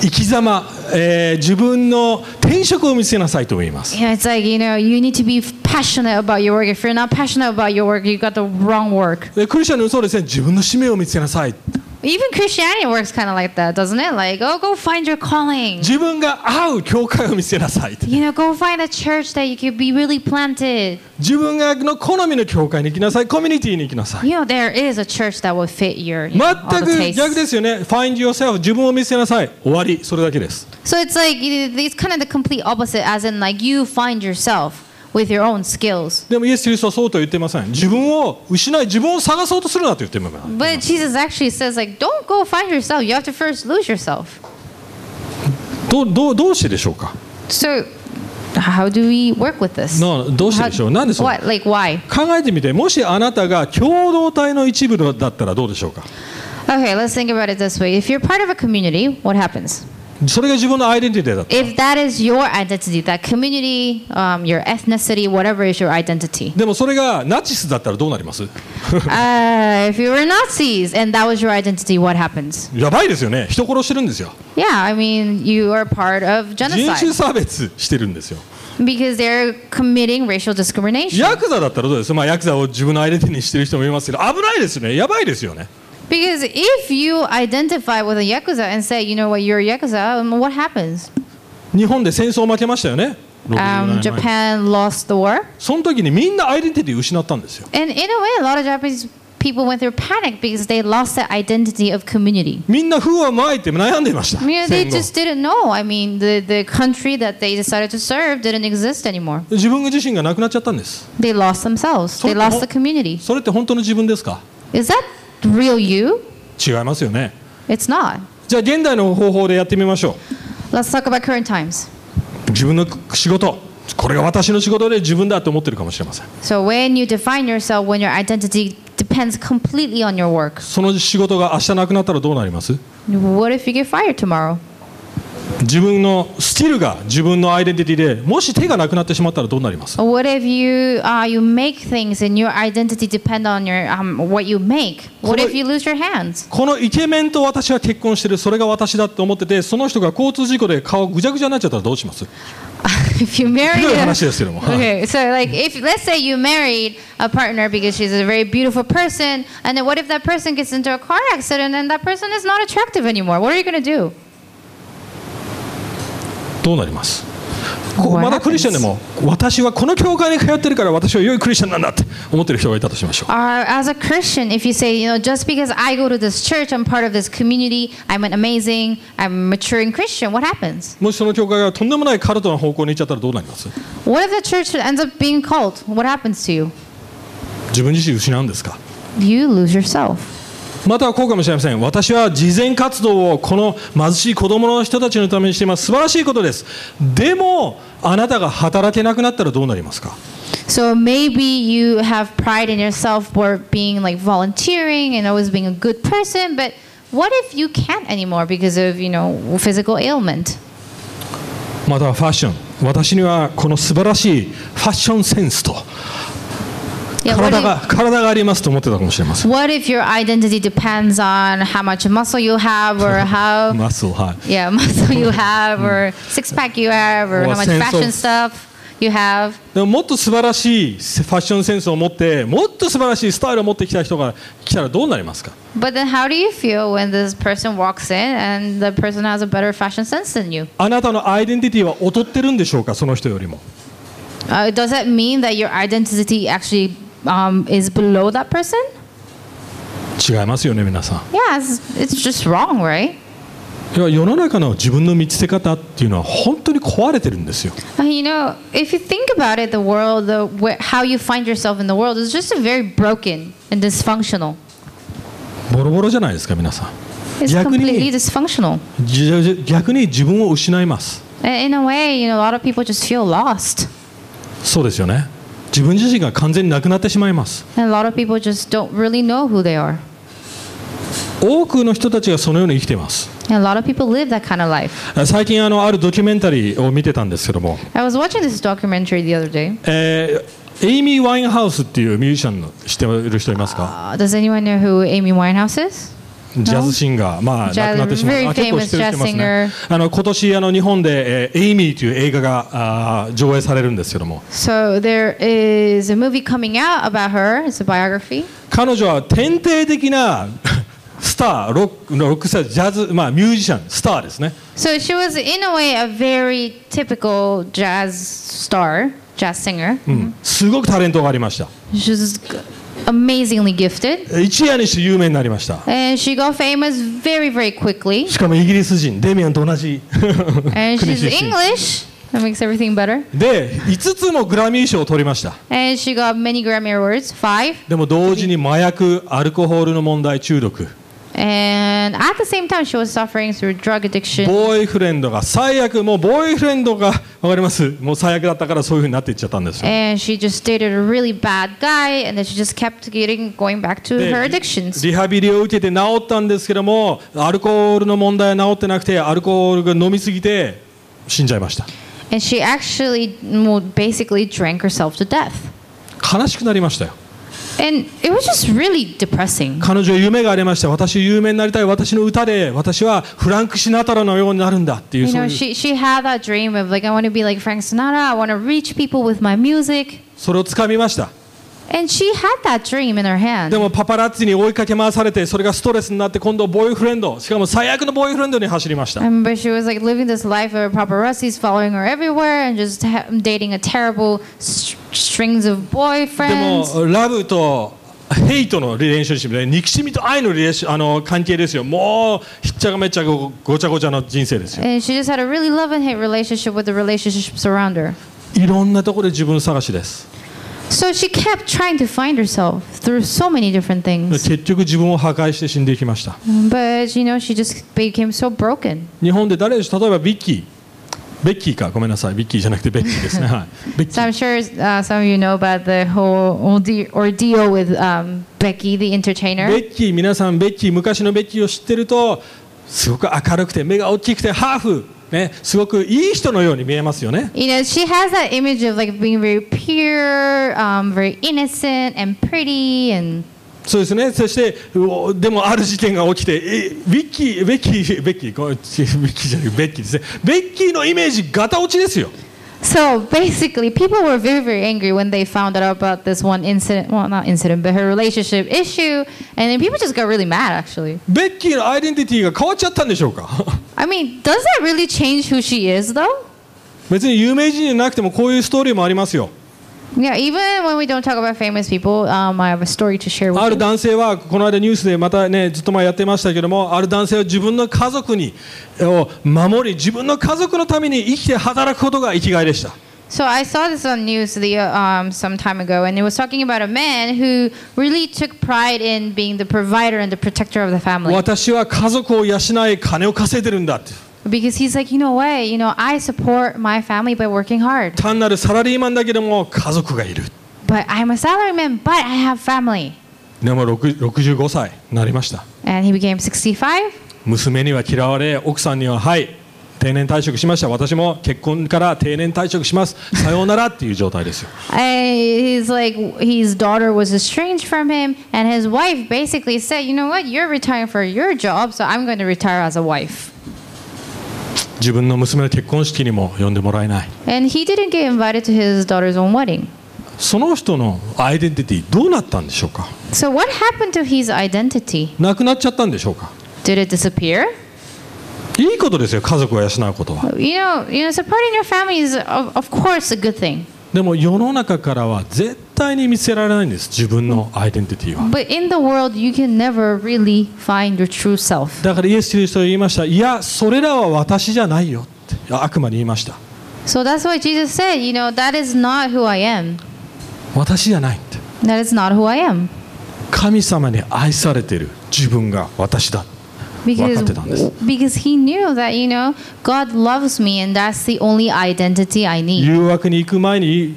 [SPEAKER 1] 生き様、えー自分の転職を見つけなさいと言います
[SPEAKER 2] You know, it's like you know, you need to be passionate about your work. If you're not passionate about your work, you got the wrong work.
[SPEAKER 1] でクリスチャンのそうですね自分の使命を見つけなさい
[SPEAKER 2] Even Christianity works kind of like that, doesn't it? Like, oh, go find your calling.
[SPEAKER 1] 自分が合う教会を見つけなさい
[SPEAKER 2] You know, go find a church that you could be really planted.
[SPEAKER 1] 自分がの好みの教会に行きなさいコミュニティに行きなさい
[SPEAKER 2] You know, there is a church that will fit your you know, all
[SPEAKER 1] 全く
[SPEAKER 2] the
[SPEAKER 1] 逆
[SPEAKER 2] tastes.
[SPEAKER 1] ですよね Find yourself 自分を見つけなさい終わりそれだけです
[SPEAKER 2] So it's like you know, it's kind of the complete opposite, as in like you find yourself with your own skills.
[SPEAKER 1] でもイエス・キリストはそうとは言ってません自分を失い自分を探そうとするなと言ってます
[SPEAKER 2] But Jesus actually says like, don't go find yourself. You have to first lose yourself.
[SPEAKER 1] どうどうどうしてでしょうか
[SPEAKER 2] So, how do we work with this?
[SPEAKER 1] などうしてでしょうなんでそう
[SPEAKER 2] How, what, like why?
[SPEAKER 1] 考えてみてもしあなたが共同体の一部だったらどうでしょうか
[SPEAKER 2] Okay, let's think about it this way. If you're part of a community, what happens?
[SPEAKER 1] それが自分のアイデンティティだった
[SPEAKER 2] If that is your identity, that community, um, your ethnicity, whatever is your
[SPEAKER 1] [LAUGHS]
[SPEAKER 2] identity.
[SPEAKER 1] でもそれがナチスだったらどうなります
[SPEAKER 2] uh, if you were Nazis and that was your identity, what happens?
[SPEAKER 1] やばいですよね人殺してるんですよ
[SPEAKER 2] Yeah, I mean, you are part of
[SPEAKER 1] 人種
[SPEAKER 2] genocide
[SPEAKER 1] 差別してるんですよ
[SPEAKER 2] because they're committing racial discrimination.
[SPEAKER 1] ヤクザだったらどうですまあヤクザを自分のアイデンティティにしてる人もいますけど危ないですねやばいですよね
[SPEAKER 2] Because if you identify with a yakuza and say, you know what, you're a yakuza, um, what happens?
[SPEAKER 1] 日本で戦争負けましたよね67
[SPEAKER 2] Um,
[SPEAKER 1] 年
[SPEAKER 2] Japan lost the war,
[SPEAKER 1] その時にみんなアイデンティティ失ったんですよ
[SPEAKER 2] and in a way, a lot of Japanese people went through panic because they lost that identity of community.
[SPEAKER 1] みんな不安まいて悩んでました
[SPEAKER 2] I mean,
[SPEAKER 1] 戦
[SPEAKER 2] they
[SPEAKER 1] 後
[SPEAKER 2] just didn't know. I mean, the, the country that they decided to serve didn't exist anymore.
[SPEAKER 1] 自分自身がなくなっちゃったんです
[SPEAKER 2] They lost themselves. They
[SPEAKER 1] So-
[SPEAKER 2] lost the community.
[SPEAKER 1] それって本当の自分ですか
[SPEAKER 2] Is that real you?
[SPEAKER 1] 違いますよね
[SPEAKER 2] It's not.
[SPEAKER 1] じゃあ現代の方法でやってみましょ
[SPEAKER 2] Let's talk about current times.
[SPEAKER 1] う自分の仕事これが私の仕事で自分だと思ってるかもしれません
[SPEAKER 2] So when you define yourself, when your identity depends completely on your work.
[SPEAKER 1] その仕事が明日なくなったらどうなります
[SPEAKER 2] What if you get fired tomorrow?
[SPEAKER 1] 自分のスキルが自分のアイデンティティでもし手がなくなってしまったらどうなります
[SPEAKER 2] What if you uh, you make things and your identity depend on your um, what you make? What if you lose your hands? [LAUGHS]
[SPEAKER 1] このイケメンと私は結婚してるそれが私だって思っててその人が交通事故で顔ぐちゃぐちゃになっちゃったらどうします
[SPEAKER 2] if you marry
[SPEAKER 1] ひどい
[SPEAKER 2] a,
[SPEAKER 1] 話ですけども、はい
[SPEAKER 2] okay, so like if let's say you married a partner because she's a very beautiful person, and then what if that person gets into a car accident and that person is not attractive anymore? What are you gonna do?
[SPEAKER 1] どうなりますこ
[SPEAKER 2] What
[SPEAKER 1] まだクリスチャンでも私はこの教会に通ってるから私は良いクリスチャンなんだって思ってる人がいたとしましょう
[SPEAKER 2] Or as a Christian, if you say, you know, just because I go to this church, I'm part of this community, I'm an amazing, I'm a maturing Christian, what happens?
[SPEAKER 1] もしその教会がとんでもないカルトの方向に行っちゃったらどうなります
[SPEAKER 2] What if the church ends up being cult? What happens to you?
[SPEAKER 1] 自分自身失うんですか
[SPEAKER 2] You lose yourself.
[SPEAKER 1] またはこうかもしれません私は慈善活動をこの貧しい子供の人たちのためにしています素晴らしいことですでもあなたが働けなくなったらどうなりますか
[SPEAKER 2] So maybe you have pride in yourself for being like volunteering and always being a good person, but what if you can't anymore because of, you know, physical ailment?
[SPEAKER 1] またはファッション私にはこの素晴らしいファッションセンスと
[SPEAKER 2] Yeah, what
[SPEAKER 1] 体
[SPEAKER 2] if,
[SPEAKER 1] が体がありますと思ってたかもしれません
[SPEAKER 2] what if your identity depends on how much muscle you have or how
[SPEAKER 1] マッスルはい
[SPEAKER 2] yeah, [LAUGHS] muscle you have, or six pack you have, or
[SPEAKER 1] Or
[SPEAKER 2] how much
[SPEAKER 1] sense
[SPEAKER 2] fashion
[SPEAKER 1] of-
[SPEAKER 2] stuff you have.
[SPEAKER 1] でももっと素晴らしいファッションセンスを持ってもっと素晴らしいスタイルを持ってきた人が来たらどうなりますか
[SPEAKER 2] But then, how do you feel when this person walks in and the person has a better fashion sense than you?
[SPEAKER 1] あなたのアイデンティティは劣ってるんでしょうかその人よりも
[SPEAKER 2] Uh, does that mean that your identity actually um, is below that person?
[SPEAKER 1] 違いますよね皆さん
[SPEAKER 2] Yeah, it's, it's just wrong, right?
[SPEAKER 1] いや世の中の自分の見つけ方っていうのは本当に壊れてるんですよ
[SPEAKER 2] Uh, you know, if you think about it, the world, the, wh- how you find yourself in the world is just a very broken and dysfunctional.
[SPEAKER 1] ボロボロじゃないですか皆さん
[SPEAKER 2] It's
[SPEAKER 1] 逆
[SPEAKER 2] completely
[SPEAKER 1] に
[SPEAKER 2] dysfunctional.
[SPEAKER 1] じ逆に自分を失います
[SPEAKER 2] A- In a way, you know, a lot of people just feel lost.
[SPEAKER 1] そうですよね自分自身が完全になくなってしまいます
[SPEAKER 2] And a lot of people just don't really know who they are.
[SPEAKER 1] 多くの人たちがそのように生きています
[SPEAKER 2] And a lot of people live that kind of life.
[SPEAKER 1] 最近あのあるドキュメンタリーを見てたんですけども
[SPEAKER 2] I was watching this documentary the other day.
[SPEAKER 1] えーエイミー・ワインハウスっていうミュージシャンの知ってる人いますか
[SPEAKER 2] Uh, does anyone know who Amy Winehouse is?
[SPEAKER 1] ジャズシンガー、まあ、
[SPEAKER 2] ジ
[SPEAKER 1] 亡
[SPEAKER 2] ャ
[SPEAKER 1] くなってしま
[SPEAKER 2] very
[SPEAKER 1] うあ結構知ってる
[SPEAKER 2] famous
[SPEAKER 1] 人いますね
[SPEAKER 2] jazz
[SPEAKER 1] あの今年あの日本で、えーエイミーという映画があー上映されるんですけども
[SPEAKER 2] So there is a movie coming out about her. It's a biography.
[SPEAKER 1] 彼女は典型的な [LAUGHS] スターロックロックスタージャズ、まあ、ミュージシャンスターですね
[SPEAKER 2] So she was, in a way, a very typical jazz star, jazz singer.
[SPEAKER 1] Hmm. すごくタレントがありました
[SPEAKER 2] She's amazingly gifted.
[SPEAKER 1] 一夜にして有名になりました
[SPEAKER 2] And she got famous very, very quickly.
[SPEAKER 1] しかもイギリス人デミアンと同じ [LAUGHS]
[SPEAKER 2] And
[SPEAKER 1] 国
[SPEAKER 2] she's
[SPEAKER 1] 出身
[SPEAKER 2] English. That makes everything better.
[SPEAKER 1] で5つもグラミー賞を取りました
[SPEAKER 2] And she got many Grammy Awards, five.
[SPEAKER 1] でも同時に麻薬アルコホールの問題中毒
[SPEAKER 2] And at the same time, she was suffering through drug addiction.
[SPEAKER 1] ボーイフレンドが最悪もうボーイフレンドがわかりますもう最悪だったからそういうふうになっていっちゃったんですよ
[SPEAKER 2] And she just dated a really bad guy, and then she just kept getting going back to
[SPEAKER 1] で
[SPEAKER 2] her addictions.
[SPEAKER 1] リハビリを受けて治ったんですけどもアルコールの問題は治ってなくてアルコールが飲みすぎて死んじゃいました
[SPEAKER 2] And she actually well, basically drank herself to death.
[SPEAKER 1] 悲しくなりましたよ
[SPEAKER 2] And it was just really depressing.
[SPEAKER 1] 彼女は夢がありました私有名になりたい私の歌で私はフランク・シナタラのようになるんだっていう
[SPEAKER 2] You
[SPEAKER 1] そうい
[SPEAKER 2] know,
[SPEAKER 1] う
[SPEAKER 2] she, she had that dream of like, I want to be like Frank Sinatra, I want to reach people with my music.
[SPEAKER 1] それをつかみました
[SPEAKER 2] And she had that dream in her
[SPEAKER 1] で
[SPEAKER 2] hand.
[SPEAKER 1] もパパラッツィに追いかけ回されてそれがストレスになって今度ボーイフレンドしかも最悪のボーイフレンドに走りました
[SPEAKER 2] Um, but she was like living this life of paparazzi's following her everywhere and just ha- dating a terrible s- strings of
[SPEAKER 1] でも
[SPEAKER 2] boyfriends.
[SPEAKER 1] ラブとヘイトのリレーションシップで憎しみと愛のリレーションあの関係ですよもうひっちゃかめっちゃかごごちゃごちゃの人生ですよ
[SPEAKER 2] And she just had a really love and hate relationship with the relationships around her.
[SPEAKER 1] いろんなところで自分探しです
[SPEAKER 2] So she kept trying to find herself through so many different things.
[SPEAKER 1] 結局自分を破壊して死んでいきました
[SPEAKER 2] But you know, she just became so broken.
[SPEAKER 1] 日本で誰でしょう例えばビッキーベッキーかごめんなさいビッキーじゃなくてベッキーですねはいベッキ
[SPEAKER 2] So
[SPEAKER 1] ー
[SPEAKER 2] I'm sure uh, some of you know about the whole orde- ordeal with um, Becky the
[SPEAKER 1] ベ
[SPEAKER 2] entertainer.
[SPEAKER 1] ッキー皆さんベッキー昔のベッキーを知ってるとすごく明るくて目が大きくてハーフね、すごくいい人のように見えますよね。
[SPEAKER 2] You know, she has that image of like being very pure, um, very innocent and pretty, and
[SPEAKER 1] そうですね。そしてうおでもある事件が起きて、えビッキーベッキーベッキーこビッキーじゃなくてベッキーですね。ベッキーのイメージガタ落ちですよ。
[SPEAKER 2] so basically, people were very, very angry when they found out about this one incident. Well, not incident, but her relationship issue, and then people just got really mad. Actually,
[SPEAKER 1] ベッキーのアイデンティティが変わっちゃったんでしょうか。 [LAUGHS]
[SPEAKER 2] I mean, does that really change who she is, though?
[SPEAKER 1] 別に有名人じゃなくてもこういうストーリーもありますよ。
[SPEAKER 2] Yeah, even when we don't talk about famous people, um, I have a story to share with
[SPEAKER 1] あ
[SPEAKER 2] you.
[SPEAKER 1] る男性はこの間ニュースでまたねずっと前やってましたけどもある男性は自分の家族にを守り自分の家族のために生きて働くことが生きがいでした
[SPEAKER 2] So I saw this on news the uh, um, some time ago, and it was talking about a man who really took pride in being the provider and the protector of the family
[SPEAKER 1] 私は家族を養い金を稼いでるんだって
[SPEAKER 2] because he's like, you know what, you know, I support my family by working hard,
[SPEAKER 1] 単なるサラリーマンだけども家族がいる
[SPEAKER 2] but I'm a salaryman, but I have family.
[SPEAKER 1] でも6 65歳になりました
[SPEAKER 2] And he became 65.
[SPEAKER 1] 娘には嫌われ奥さんにははい定年退職しました私も結婚から定年退職しますさようならっていう状態ですよ [LAUGHS]
[SPEAKER 2] I, he's like, his daughter was estranged from him, and his wife basically said, you know what, you're retiring for your job, so I'm going to retire as a wife.
[SPEAKER 1] 自分の娘の結婚式にも呼んでもらえない
[SPEAKER 2] And he didn't get invited to his daughter's own wedding.
[SPEAKER 1] その人のアイデンティティどうなったんでしょうか
[SPEAKER 2] So what happened to his identity?
[SPEAKER 1] なくなっちゃったんでしょうか
[SPEAKER 2] Did it disappear?
[SPEAKER 1] いいことですよ家族を養うことは
[SPEAKER 2] You know, you know, supporting your family is of, of course a good thing.
[SPEAKER 1] でも世の中からは絶対に見せられないんです自分のアイデンティティは
[SPEAKER 2] But in the world, you can never really find your true self.
[SPEAKER 1] だからイエス・キリストは言いましたいやそれらは私じゃないよって悪魔に言いました
[SPEAKER 2] So that's why Jesus said, you know, that is not who I am.
[SPEAKER 1] 私じゃないって
[SPEAKER 2] That is not who I am.
[SPEAKER 1] 神様に愛されている自分が私だ
[SPEAKER 2] Because,
[SPEAKER 1] 分かってたんです。
[SPEAKER 2] because he knew that, you know, God loves me and that's the only identity I need.
[SPEAKER 1] 誘惑に行く前に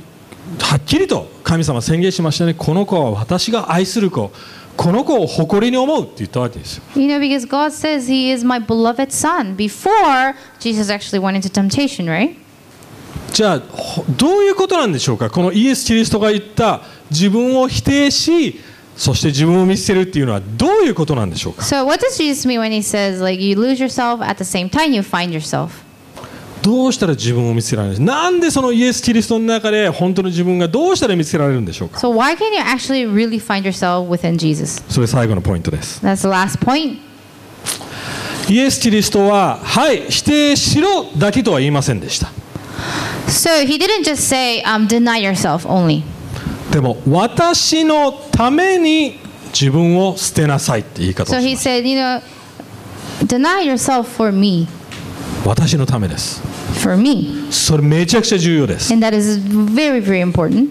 [SPEAKER 1] はっきりと神様宣言しましたねこの子は私が愛する子この子を誇りに思うって言ったわけですよ
[SPEAKER 2] You know, because God says he is my beloved son before Jesus actually went into temptation, right?
[SPEAKER 1] じゃあほどういうことなんでしょうかこのイエス・キリストが言った自分を否定しそして自分を見捨てるっていうのはどういうことなんでしょうか
[SPEAKER 2] So what does Jesus mean when he says like you lose yourself at the same time you find yourself?
[SPEAKER 1] どうしたら自分を見捨てられるんですなんでそのイエス・キリストの中で本当の自分がどうしたら見捨てられるんでしょうか
[SPEAKER 2] So why can you actually really find yourself within Jesus?
[SPEAKER 1] それ最後のポイントです
[SPEAKER 2] That's the last point.
[SPEAKER 1] イエス・キリストははい否定しろだけとは言いませんでした
[SPEAKER 2] So he didn't just say um, deny yourself only.
[SPEAKER 1] でも私のために自分を捨てなさいって言い方を
[SPEAKER 2] So
[SPEAKER 1] し
[SPEAKER 2] he
[SPEAKER 1] ます
[SPEAKER 2] said, you know, deny yourself for me,
[SPEAKER 1] 私のためです
[SPEAKER 2] for me,
[SPEAKER 1] それめちゃくちゃ重要です
[SPEAKER 2] and that is very very important.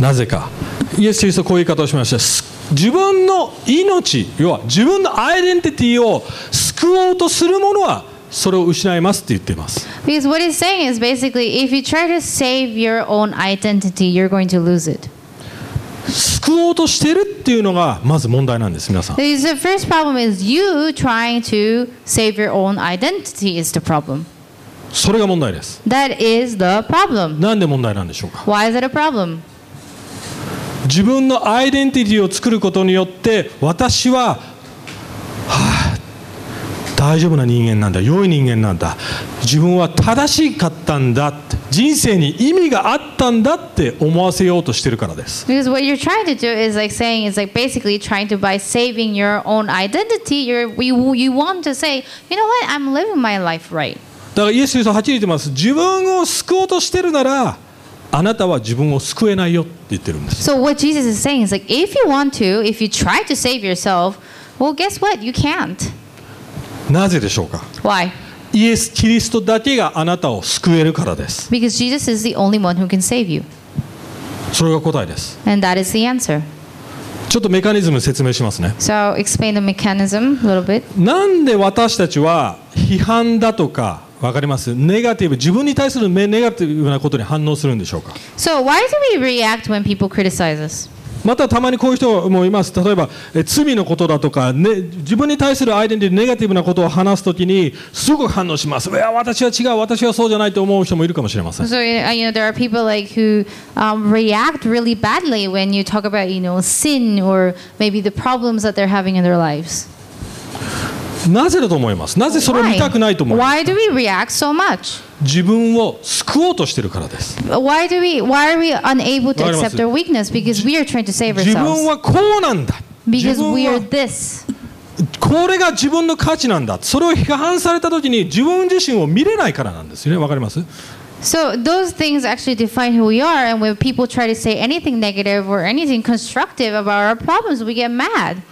[SPEAKER 1] なぜかイエス・キリストはこういう言い方をしましたす自分の命要は自分のアイデンティティを救おうとする者はそれを失いますって言っています
[SPEAKER 2] Because what he's saying is basically, if you try to save your own identity, you're going to lose it.
[SPEAKER 1] 救おうとしてるっていうのがまず問題なんです皆さん
[SPEAKER 2] Because The first problem is you trying to save your own identity is the problem.
[SPEAKER 1] それが問題です
[SPEAKER 2] That is the problem.
[SPEAKER 1] なんで問題なんでしょうか
[SPEAKER 2] Why is it a problem?
[SPEAKER 1] 自分のアイデンティティを作ることによって私は、はあ大丈夫な人間なんだ良い人間なんだ自分は正しかったんだって人生に意味があったんだって思わせようとしてるからです
[SPEAKER 2] Because what you're trying to do is like saying is like basically trying to by saving your own identity. You're, you you want to say, you know what? I'm living my life right.
[SPEAKER 1] だからイエス・キリストははっきり言ってます自分を救おうとしてるならあなたは自分を救えないよって言ってるんです
[SPEAKER 2] So what Jesus is saying is like if you want to, if you try to save yourself, well, guess what? You can't.
[SPEAKER 1] なぜでしょうか
[SPEAKER 2] Why?
[SPEAKER 1] イエス・キリストだけがあなたを救えるからです
[SPEAKER 2] Because Jesus is the only one who can save you,
[SPEAKER 1] それが答えです
[SPEAKER 2] and that is the answer.
[SPEAKER 1] ちょっとメカニズム説明しますね
[SPEAKER 2] So explain the mechanism a little bit.
[SPEAKER 1] なんで私たちは批判だとかわかりますネガティブ自分に対するネガティブなことに反応するんでしょうか
[SPEAKER 2] So why do we react when people criticize us?
[SPEAKER 1] またたまにこういう人もいます例えばえ罪のことだとか、ね、自分に対するアイデンティティネガティブなことを話すときにすぐ反応しますいや私は違う私はそうじゃないと思う人もいるかもしれません
[SPEAKER 2] So uh, you know, there are people like who um, react really badly when you talk about you know sin or maybe the problems that they're having in their lives.
[SPEAKER 1] なぜだと思いますなぜそれを見
[SPEAKER 2] Why?
[SPEAKER 1] たくないと思います
[SPEAKER 2] Why do we react so much?
[SPEAKER 1] 自分を救おうとしてるからです
[SPEAKER 2] Why do we? Why are we unable to
[SPEAKER 1] わかります。
[SPEAKER 2] accept our weakness? Because we are trying to save
[SPEAKER 1] 自分
[SPEAKER 2] ourselves.
[SPEAKER 1] はこうなんだ自
[SPEAKER 2] Because
[SPEAKER 1] 分
[SPEAKER 2] we are
[SPEAKER 1] は
[SPEAKER 2] this.
[SPEAKER 1] これが自分の価値なんだそれを批判された時に自分自身を見れないからなんですよねわかります
[SPEAKER 2] So those things actually define who we are. And when people try to say anything negative or anything constructive about our problems, we get mad.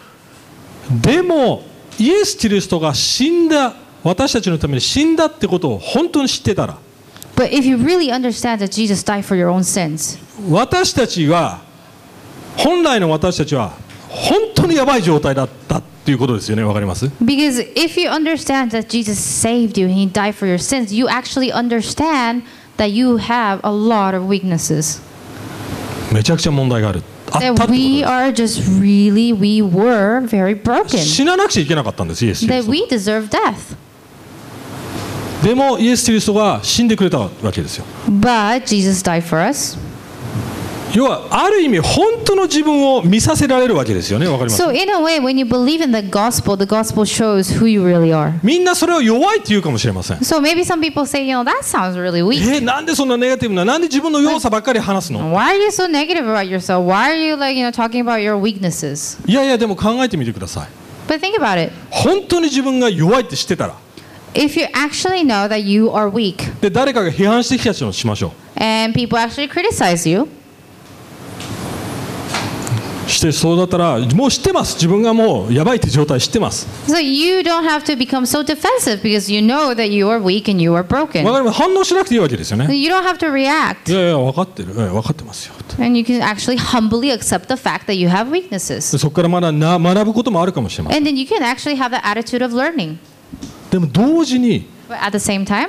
[SPEAKER 1] でもイエス・キリストが死んだ私たちのために死んだってことを本当に知ってたら
[SPEAKER 2] But if you really understand that Jesus died for your own sins,
[SPEAKER 1] 私たちは本来の私たちは本当にやばい状態だったっていうことですよねわかります
[SPEAKER 2] Because if you understand that Jesus saved you and he died for your sins, you actually understand that you have a lot of weaknesses.
[SPEAKER 1] めちゃくちゃ問題があるあったってこと
[SPEAKER 2] That
[SPEAKER 1] で
[SPEAKER 2] we
[SPEAKER 1] す
[SPEAKER 2] are just really, we were very broken.
[SPEAKER 1] 死ななくちゃいけなかったんですイエス・キリ
[SPEAKER 2] That
[SPEAKER 1] スト
[SPEAKER 2] we deserve death.
[SPEAKER 1] でもイエス・キリストが死んでくれたわけですよ
[SPEAKER 2] But Jesus died for us.
[SPEAKER 1] 要はある意味本当の自分を見させられるわけですよねわかります
[SPEAKER 2] So, in a way, when you believe in the gospel, the gospel shows who you really are.
[SPEAKER 1] みんなそれを弱いって言うかもしれません
[SPEAKER 2] So, maybe some people say, you know, that sounds really weak.
[SPEAKER 1] えなんでそんなネガティブななんで自分の弱さばっかり話すの
[SPEAKER 2] Why are you so negative about yourself? Why are you, like, you know, talking about your weaknesses?
[SPEAKER 1] いやいやでも考えてみてください
[SPEAKER 2] But think about it.
[SPEAKER 1] 本当に自分が弱いって知ってたら
[SPEAKER 2] If you actually know that you are weak,
[SPEAKER 1] で誰かが批判してきたとしましょ
[SPEAKER 2] and people actually criticize you,
[SPEAKER 1] うしてそうだったらもう知ってます自分がもうやばいって状態知ってます
[SPEAKER 2] so you don't have to become so defensive because you know that you are weak and you are broken.
[SPEAKER 1] わかります反応しなくていいわけですよ
[SPEAKER 2] So
[SPEAKER 1] ね
[SPEAKER 2] you don't have to
[SPEAKER 1] い
[SPEAKER 2] react,
[SPEAKER 1] やいや分かってる、ええ分かってますよと
[SPEAKER 2] and you can actually humbly accept the fact that you have weaknesses.
[SPEAKER 1] でそこからまだな学ぶこともあるかもしれません
[SPEAKER 2] And then you can actually have the attitude of learning.
[SPEAKER 1] でも同時に
[SPEAKER 2] But at the same time,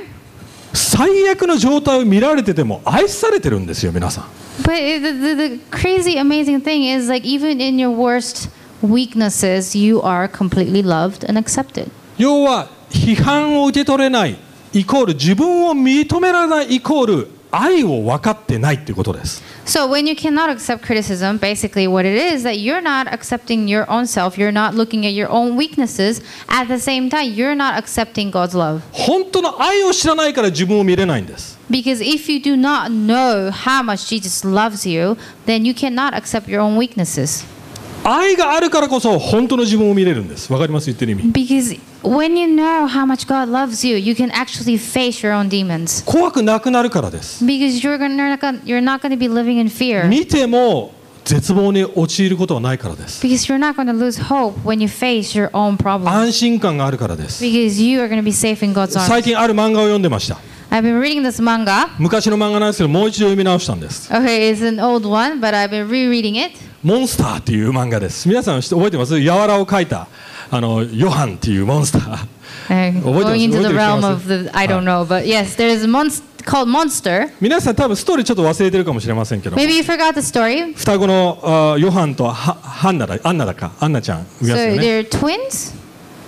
[SPEAKER 1] 最悪の状態を見られてても愛されてるんですよ皆さん
[SPEAKER 2] but it- the, the, the crazy, amazing thing is like even in your worst weaknesses, you are completely loved and accepted.
[SPEAKER 1] 要は批判を受け取れないイコール自分を認められないイコール愛を分かってないっていうことです
[SPEAKER 2] So when you cannot accept criticism, basically what it is that you're not accepting your own self, you're not looking at your own weaknesses, at the same time you're not accepting God's love.
[SPEAKER 1] 本当の愛を知らないから自分を見れないんです
[SPEAKER 2] Because if you do not know how much Jesus loves you, then you cannot accept your own weaknesses.
[SPEAKER 1] 愛があるからこそ本当の自分を見れるんですわかります言ってる意味
[SPEAKER 2] Because when you know how much God loves you, you can actually face your own demons.
[SPEAKER 1] 怖くなくなるからです
[SPEAKER 2] Because you're gonna, you're not gonna, you're not gonna be living in fear.
[SPEAKER 1] 見ても絶望に陥ることはないからです
[SPEAKER 2] Because you're not gonna lose hope when you face your own problems.
[SPEAKER 1] 安心感があるからです
[SPEAKER 2] Because you are gonna be safe in God's arms.
[SPEAKER 1] 最近ある漫画を読んでました
[SPEAKER 2] I've been reading this manga.
[SPEAKER 1] 昔の漫画なんですけどもう一度読み直したんです
[SPEAKER 2] Okay, it's an old one, but I've been rereading it.
[SPEAKER 1] モンスターっていう漫画です皆さん覚えてます柔らを描いたあのヨハンっていうモンスター
[SPEAKER 2] Uh,
[SPEAKER 1] Oh, what
[SPEAKER 2] going
[SPEAKER 1] does-
[SPEAKER 2] into
[SPEAKER 1] what
[SPEAKER 2] the
[SPEAKER 1] does-
[SPEAKER 2] realm
[SPEAKER 1] what
[SPEAKER 2] of the I don't know, but yes, there is a monster called Monster.
[SPEAKER 1] 皆さん多分ストーリーちょっと忘れてるかもしれませんけど
[SPEAKER 2] Maybe you forgot the story.
[SPEAKER 1] 双子のあーヨハンとはハンナだアンナだかアンナちゃんいますよ
[SPEAKER 2] So
[SPEAKER 1] ね
[SPEAKER 2] they're twins.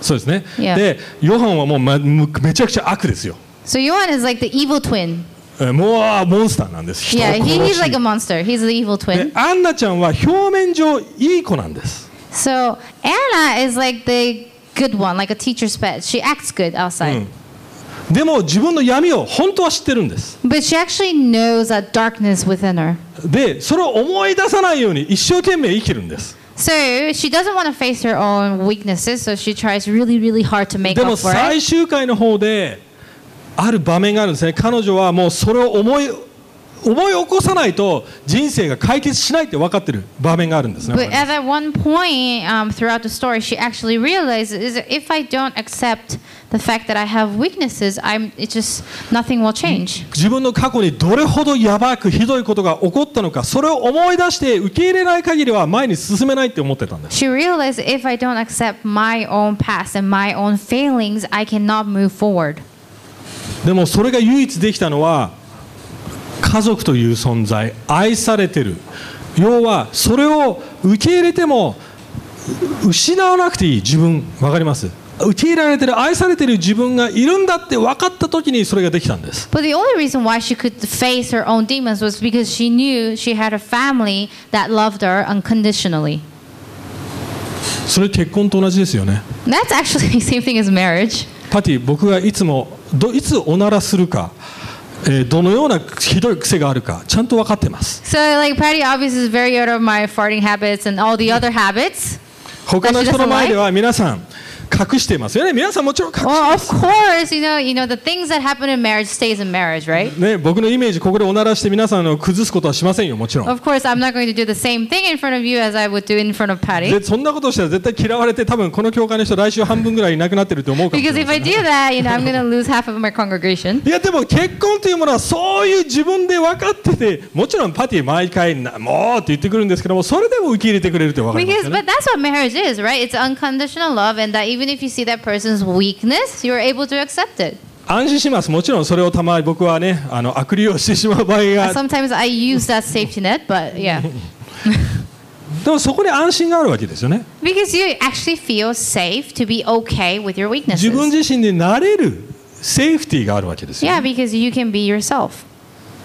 [SPEAKER 1] そうですね
[SPEAKER 2] Yeah.
[SPEAKER 1] でヨハンはもう、ま、むめちゃくちゃ悪ですよ
[SPEAKER 2] So Yohan is like the evil twin.
[SPEAKER 1] えーもうあーモンスターなんです人を
[SPEAKER 2] Yeah,
[SPEAKER 1] 殺
[SPEAKER 2] he, he's
[SPEAKER 1] し
[SPEAKER 2] like a monster. He's the evil
[SPEAKER 1] で
[SPEAKER 2] twin.
[SPEAKER 1] アンナちゃんは表面上いい子なんです
[SPEAKER 2] So Anna is like the good one, like a teacher's pet. She acts good outside.
[SPEAKER 1] でも自分の闇を本当は知ってるんです
[SPEAKER 2] But she actually knows that darkness within her.
[SPEAKER 1] でそれを思い出さないように一生懸命生きるんです
[SPEAKER 2] So she doesn't want to face her own weaknesses, so she tries really, really hard to make
[SPEAKER 1] でも
[SPEAKER 2] up for it.
[SPEAKER 1] 最終回の方である場面があるんですね彼女はもうそれを思い思い起こさないと人生が解決しないって分かってる場面があるんですね
[SPEAKER 2] But at that one point um, throughout the story, she actually realizes that if I don't accept the fact that I have weaknesses, I'm it just nothing will change.
[SPEAKER 1] 自分の過去にどれほどやばくひどいことが起こったのかそれを思い出して受け入れない限りは前に進めないって思ってたんです
[SPEAKER 2] She realized if I don't accept my own past and my own failings, I cannot move forward.
[SPEAKER 1] でもそれが唯一できたのは家族という存在愛されてる要はそれを受け入れてもう失わなくていい自分わかります受け入れられてる愛されてる自分がいるんだって分かった時にそれができたんです
[SPEAKER 2] But the only reason why she could face her own demons was because she knew she had a family that loved her unconditionally.
[SPEAKER 1] それ結婚と同じですよね
[SPEAKER 2] That's actually [LAUGHS] the same thing as marriage.
[SPEAKER 1] パティ僕がいつもどいつおならするか、えーどのようなひどい癖があるかちゃんと分かってます
[SPEAKER 2] So, like, Patty obviously is very out of my farting habits and all the other habits.
[SPEAKER 1] 他の人の前では皆さん隠してますよね皆さんもちろん隠して
[SPEAKER 2] Well, Oh, of course, you know, you know, the things that happen in marriage stays in marriage, right?
[SPEAKER 1] ね、僕のイメージ、ここでおならして皆さんを崩すことはしませんよ、もちろん。
[SPEAKER 2] Of course, I'm not going to do the same thing in front of you as I would do in front of Patty.
[SPEAKER 1] で、そんなことしたら絶対嫌われて、多分この教会の人、来週半分ぐらいいなくなってると思うかもしれ
[SPEAKER 2] Because
[SPEAKER 1] ない。
[SPEAKER 2] if I do that, you know, I'm going to lose half of my
[SPEAKER 1] [LAUGHS]
[SPEAKER 2] congregation.
[SPEAKER 1] いやでも結婚というものはそういう自分で分かっててもちろんパティ毎回なもうって言ってくるんですけどもそれでも受け入れてくれるって分かります
[SPEAKER 2] Because,
[SPEAKER 1] よね
[SPEAKER 2] but that's what marriage is, right? It's unconditional love, and that even if you see that person's weakness, you're able to accept it.
[SPEAKER 1] 安心しますもちろんそれをたまに僕はねあの悪利用してしまう場合
[SPEAKER 2] And
[SPEAKER 1] が
[SPEAKER 2] sometimes I use that safety net, but yeah,
[SPEAKER 1] でもそこで安心があるわけですよね
[SPEAKER 2] because you actually feel safe to be okay with your
[SPEAKER 1] 自分
[SPEAKER 2] weaknesses.
[SPEAKER 1] 自身でなれるセーフティーがあるわけですよ
[SPEAKER 2] Yeah, because you can be yourself,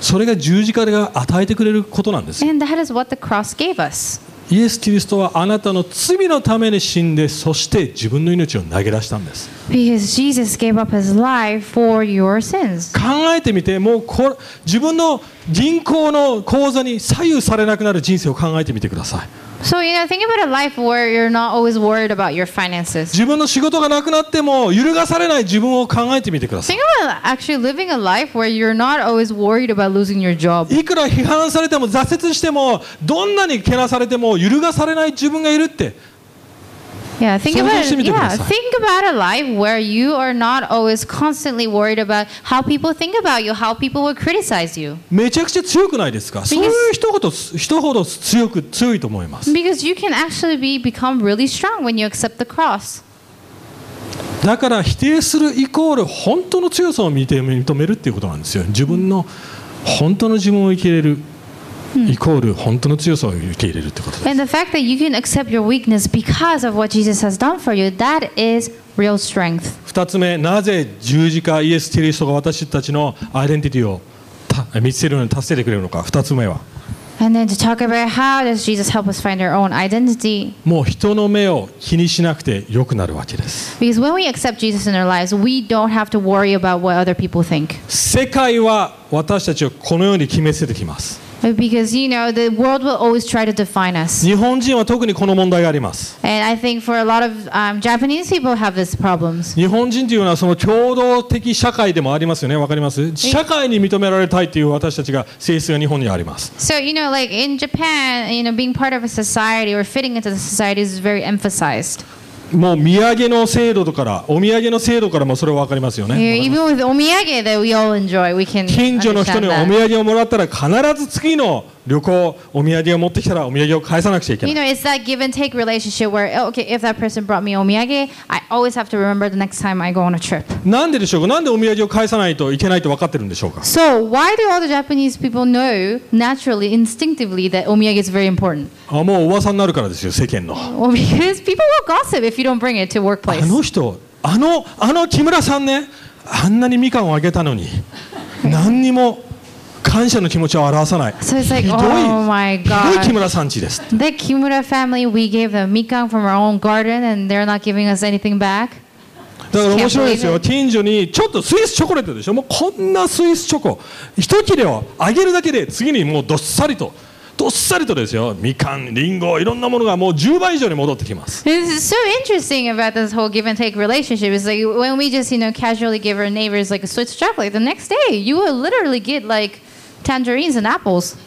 [SPEAKER 1] それが十字架が与えてくれることなんです
[SPEAKER 2] and that is what the cross gave us.
[SPEAKER 1] イエス・キリストはあなたの罪のために死んでそして自分の命を投げ出したんです
[SPEAKER 2] Because Jesus gave up his life for your sins.
[SPEAKER 1] 考えてみてもうこ自分の銀行の口座に左右されなくなる人生を考えてみてください
[SPEAKER 2] So, you know, think about a life where you're not always worried about your finances.
[SPEAKER 1] 自分の仕事がなくなっても揺るがされない自分を考えてみてください
[SPEAKER 2] Think about actually living a life where you're not always worried about losing your job.
[SPEAKER 1] いくら批判されても挫折してもどんなにけなされても揺るがされない自分がいるって
[SPEAKER 2] Yeah, think about
[SPEAKER 1] 想像
[SPEAKER 2] it.
[SPEAKER 1] してみてください。
[SPEAKER 2] Yeah, think about a life where you are not always constantly worried about how people think about you, how people will criticize you.
[SPEAKER 1] めちゃくちゃ強くないですかそういう人ほど人ほど強く強いと思います
[SPEAKER 2] Because you can actually be become really strong when you accept the cross.
[SPEAKER 1] だから否定するイコール本当の強さを見て認めるっていうことなんですよ自分の本当の自分を受け入れるイコール本当の強さを受け入れるってことです
[SPEAKER 2] And the fact that you can accept your weakness because of what Jesus has done for you, that is real strength.
[SPEAKER 1] 2つ目なぜ十字架イエス・キリストが私たちのアイデンティティをた見つけるのに助けてくれるのか2つ目は
[SPEAKER 2] And then to talk about how does Jesus help us find our own identity?
[SPEAKER 1] もう人の目を気にしなくてよくなるわけです
[SPEAKER 2] Because when we accept Jesus in our lives, we don't have to worry about what other people think.
[SPEAKER 1] 世界は私たちをこのように決めつけてきます
[SPEAKER 2] Because you know, the world will always try to define us.
[SPEAKER 1] 日本人は特にこの問題があります
[SPEAKER 2] And I think for a lot of um, Japanese people have these problems.
[SPEAKER 1] 日本人というのはその共同的社会でもありますよね、わかります社会に認められたいという私たちが性質が日本にはあります。
[SPEAKER 2] So you know, like in Japan, you know, being part of a society or fitting into the society is very emphasized.
[SPEAKER 1] もう土産の制度とから、お土産の制度からもそれはわかりますよ
[SPEAKER 2] You know,
[SPEAKER 1] ね。
[SPEAKER 2] even with omiyage that we all enjoy, we can
[SPEAKER 1] 近所の人
[SPEAKER 2] understand
[SPEAKER 1] にお
[SPEAKER 2] that.
[SPEAKER 1] 土産をもらったら必ず次の旅行、お土産を持ってきたらお土産を返さなくちゃいけ
[SPEAKER 2] You
[SPEAKER 1] ない。
[SPEAKER 2] know, it's that give and take relationship where, oh, okay, if that person brought me omiyage, I always have to remember the next time I go on a trip.
[SPEAKER 1] なんででしょうかなんでお土産を返さないといけないと分かってるんでしょうか
[SPEAKER 2] So, why do all the Japanese people know naturally, instinctively, that omiyage is very important? [LAUGHS]
[SPEAKER 1] あもう噂になるからですよ、世間の。あ
[SPEAKER 2] Well, because people will gossip if you don't bring it to workplace.
[SPEAKER 1] の人、あの、あの木村さんね、あんなにみかんをあげたのに、何にも感謝の気持ちを表さない。
[SPEAKER 2] So it's like,
[SPEAKER 1] ひどい、
[SPEAKER 2] oh my
[SPEAKER 1] ひどい木
[SPEAKER 2] god.
[SPEAKER 1] 村さんちです。
[SPEAKER 2] The Kimura family, we gave them mikan from our own garden, and they're not giving us anything back.
[SPEAKER 1] だから面白いです
[SPEAKER 2] Can't believe
[SPEAKER 1] よ。
[SPEAKER 2] it.
[SPEAKER 1] 近所にちょっとスイスチョコレートでしょ。もうこんなスイスチョコ、一切れをあげるだけで次にもうどっさりと、どっさりとですよ。みかん、りんご、いろんなものがもう10倍以上に戻ってきます。
[SPEAKER 2] This is so interesting about this whole give and take relationship. It's like when we just, you know, casually give our neighbors like a Swiss chocolate, the next day you will literally get like tangerines and apples.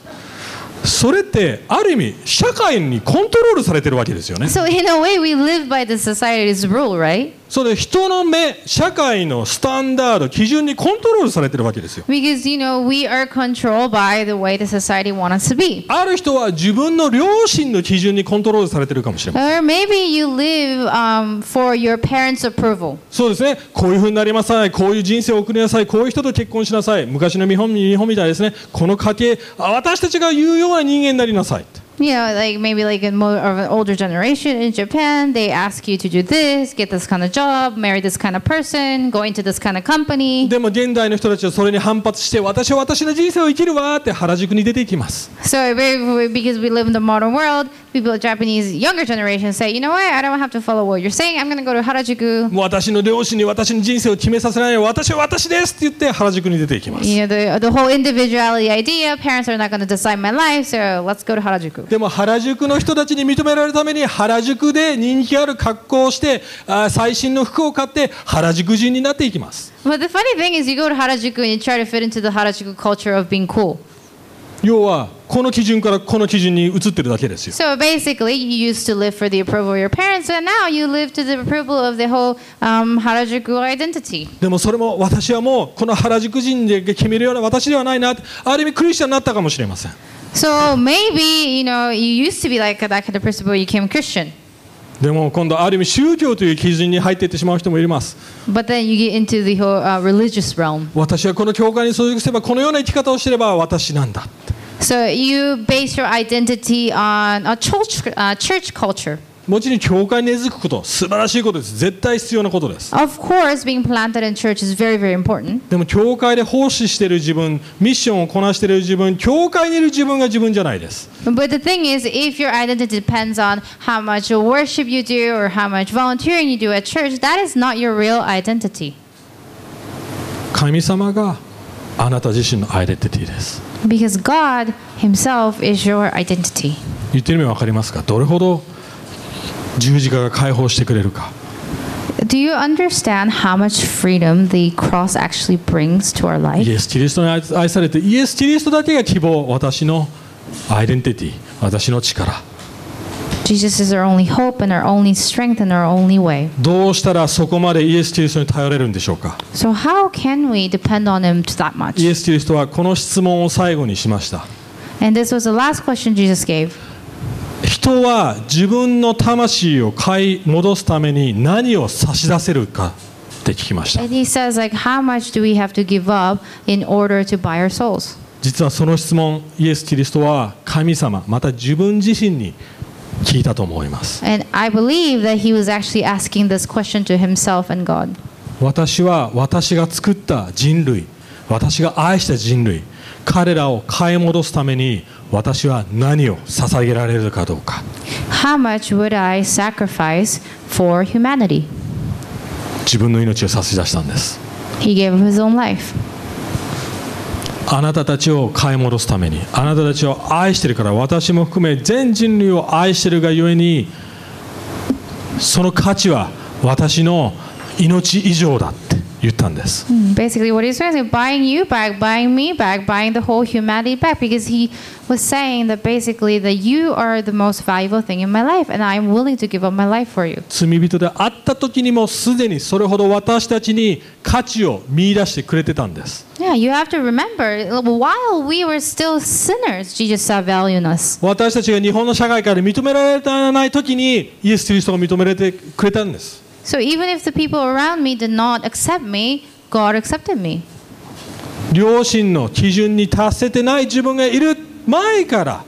[SPEAKER 1] それってある意味社会にコントロールされてるわけですよね。
[SPEAKER 2] So in a way, we live by the society's rule, right?
[SPEAKER 1] それで人の目、社会のスタンダード、基準にコントロールされてるわけですよ。
[SPEAKER 2] Because you know we are controlled by the way the society wants us to be.
[SPEAKER 1] ある人は自分の良心の基準にコントロールされてるかもしれません。
[SPEAKER 2] Or maybe you live um, for your parents' approval.
[SPEAKER 1] そうですね、こういうふうになりなさい、こういう人生を送りなさい、こういう人と結婚しなさい、昔の日本日本みたいですね、この家系、あ私たちが言うような人間になりなさいって。
[SPEAKER 2] you know, like maybe like in more of an older generation in Japan, they ask you to do this, get this kind of job, marry this kind of person, go into this kind of company.
[SPEAKER 1] でも現代の人たちはそれに反発して私は私の人生を生きるわって原宿に出ていきます
[SPEAKER 2] So we- because we live in the modern world, people, Japanese younger generation say, you know what, I don't have to follow what you're saying. I'm going to go to Harajuku.
[SPEAKER 1] もう私の両親に私の人生を決めさせない私は私ですって言って原宿に出ていきます
[SPEAKER 2] You know, the, the whole individuality idea, parents are not going to decide my life, so let's go to Harajuku.
[SPEAKER 1] でも原宿の人たちに認められるために原宿で人気ある格好をしてあー最新の服を買って原宿人になっていきます
[SPEAKER 2] But the funny thing is, you go to Harajuku and you try to fit into the Harajuku culture of being cool.
[SPEAKER 1] 要はこの基準からこの基準に移ってるだけですよ
[SPEAKER 2] So basically, you used to live for the approval of your parents, and now you live to the approval of the whole um, Harajuku identity.
[SPEAKER 1] でもそれも私はもうこの原宿人で決めるような私ではないなってある意味クリスチャンになったかもしれません
[SPEAKER 2] So maybe you know you used to be like that kind of person, but you became Christian.
[SPEAKER 1] でも今度ある意味宗教という基準に入っていってしまう人もいます
[SPEAKER 2] But then you get into the whole uh, religious realm.
[SPEAKER 1] 私はこの教会に所属すればこのような生き方をすれば私なんだ
[SPEAKER 2] So you base your identity on a church, uh, church culture.
[SPEAKER 1] もちろん教会に根付くこと素晴らしいことです絶対必要なことです
[SPEAKER 2] Of course, being planted in church is very, very important.
[SPEAKER 1] でも教会で奉仕している自分ミッションをこなしている自分教会にいる自分が自分じゃないです
[SPEAKER 2] But the thing is, if your identity depends on how much worship you do or how much volunteering you do at church, that is not your real identity.
[SPEAKER 1] 神様があなた自身のアイデンティティです
[SPEAKER 2] Because God Himself is your identity.
[SPEAKER 1] 言ってる意味わかりますかどれほど十字架が解放してくれるか
[SPEAKER 2] Do you understand how much freedom the cross actually brings to our
[SPEAKER 1] イ
[SPEAKER 2] life?
[SPEAKER 1] エス・キリストに愛愛されてイエス・キリストだけが希望私のアイデンティティ私の力
[SPEAKER 2] Jesus is our only hope and our only strength and our only way.
[SPEAKER 1] どうしたらそこまでイエス・キリストに頼れるんでしょうか
[SPEAKER 2] So, how can we depend on Him to that much?
[SPEAKER 1] イエス・キリストはこの質問を最後にしました
[SPEAKER 2] And this was the last question Jesus gave.
[SPEAKER 1] 人は自分の魂を買い戻すために何を差し出せるかって聞きました
[SPEAKER 2] And He says, like, how much do we have to give up in order to buy our souls?
[SPEAKER 1] 実はその質問イエス・キリストは神様また自分自身に聞いたと思います
[SPEAKER 2] And I believe that he was actually asking this question to himself and God.
[SPEAKER 1] 私は私が作った人類私が愛した人類彼らを買い戻すために私は何を捧げられるかどうか
[SPEAKER 2] How much would I sacrifice for humanity?
[SPEAKER 1] 自分の命を差し出したんです
[SPEAKER 2] He gave up his own life.
[SPEAKER 1] あなたたちを買い戻すためにあなたたちを愛してるから私も含め全人類を愛してるがゆえにその価値は私の命以上だって言ったんです
[SPEAKER 2] Basically, what he's saying is buying you back, buying me back, buying the whole humanity back, because he was saying that basically that you are the most valuable thing in my life, and I'm willing to give up my life for you.
[SPEAKER 1] 罪人であった時にもすでにそれほど私たちに価値を見出してくれてたんです
[SPEAKER 2] Yeah, you have to remember, while we were still sinners, Jesus saw value in us.
[SPEAKER 1] 私たちが日本の社会から認められてない時にイエス・キリストが認められてくれたんです
[SPEAKER 2] So even if the people around me did not accept me, God accepted me.
[SPEAKER 1] 両親の基準に達せてない自分がいる前から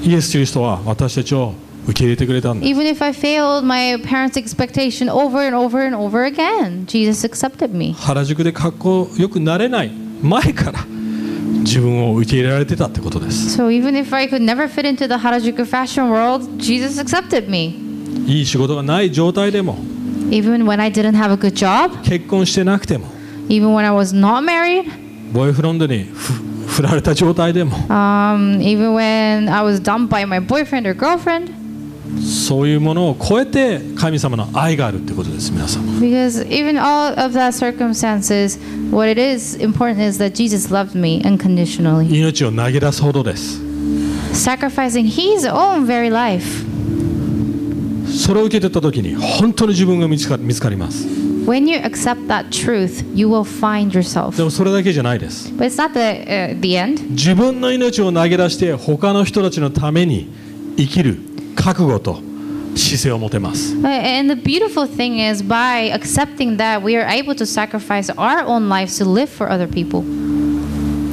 [SPEAKER 1] イエス・キリストは私たちを受け入れてくれたんだ
[SPEAKER 2] Even if I failed my parents' expectation over and over and over again, Jesus accepted me.
[SPEAKER 1] 原宿で格好よくなれない前から自分を受け入れられてたってことです
[SPEAKER 2] So even if I could never fit into the Harajuku fashion world, Jesus accepted me.
[SPEAKER 1] いい仕事がない状態でも
[SPEAKER 2] Even when I didn't have a good job,
[SPEAKER 1] 結婚してなくても
[SPEAKER 2] even when I was not married,
[SPEAKER 1] ボーイフロンドにふ振られた状態でも
[SPEAKER 2] um, even when I was dumped by my boyfriend or girlfriend,
[SPEAKER 1] そういうものを超えて神様の愛があるってことです皆さん
[SPEAKER 2] because even all of that circumstances, what it is important is that Jesus loved me unconditionally.
[SPEAKER 1] 命を投げ出すほどです
[SPEAKER 2] sacrificing his own very life.
[SPEAKER 1] それを受けてた時に本当に自分が見つか見つかります
[SPEAKER 2] When you accept that truth, you will find yourself.
[SPEAKER 1] でもそれだけじゃないです
[SPEAKER 2] But it's not the uh, the end.
[SPEAKER 1] 自分の命を投げ出して他の人たちのために生きる覚悟と姿勢を持てます
[SPEAKER 2] Uh, And the beautiful thing is, by accepting that, we are able to sacrifice our own lives to live for other people.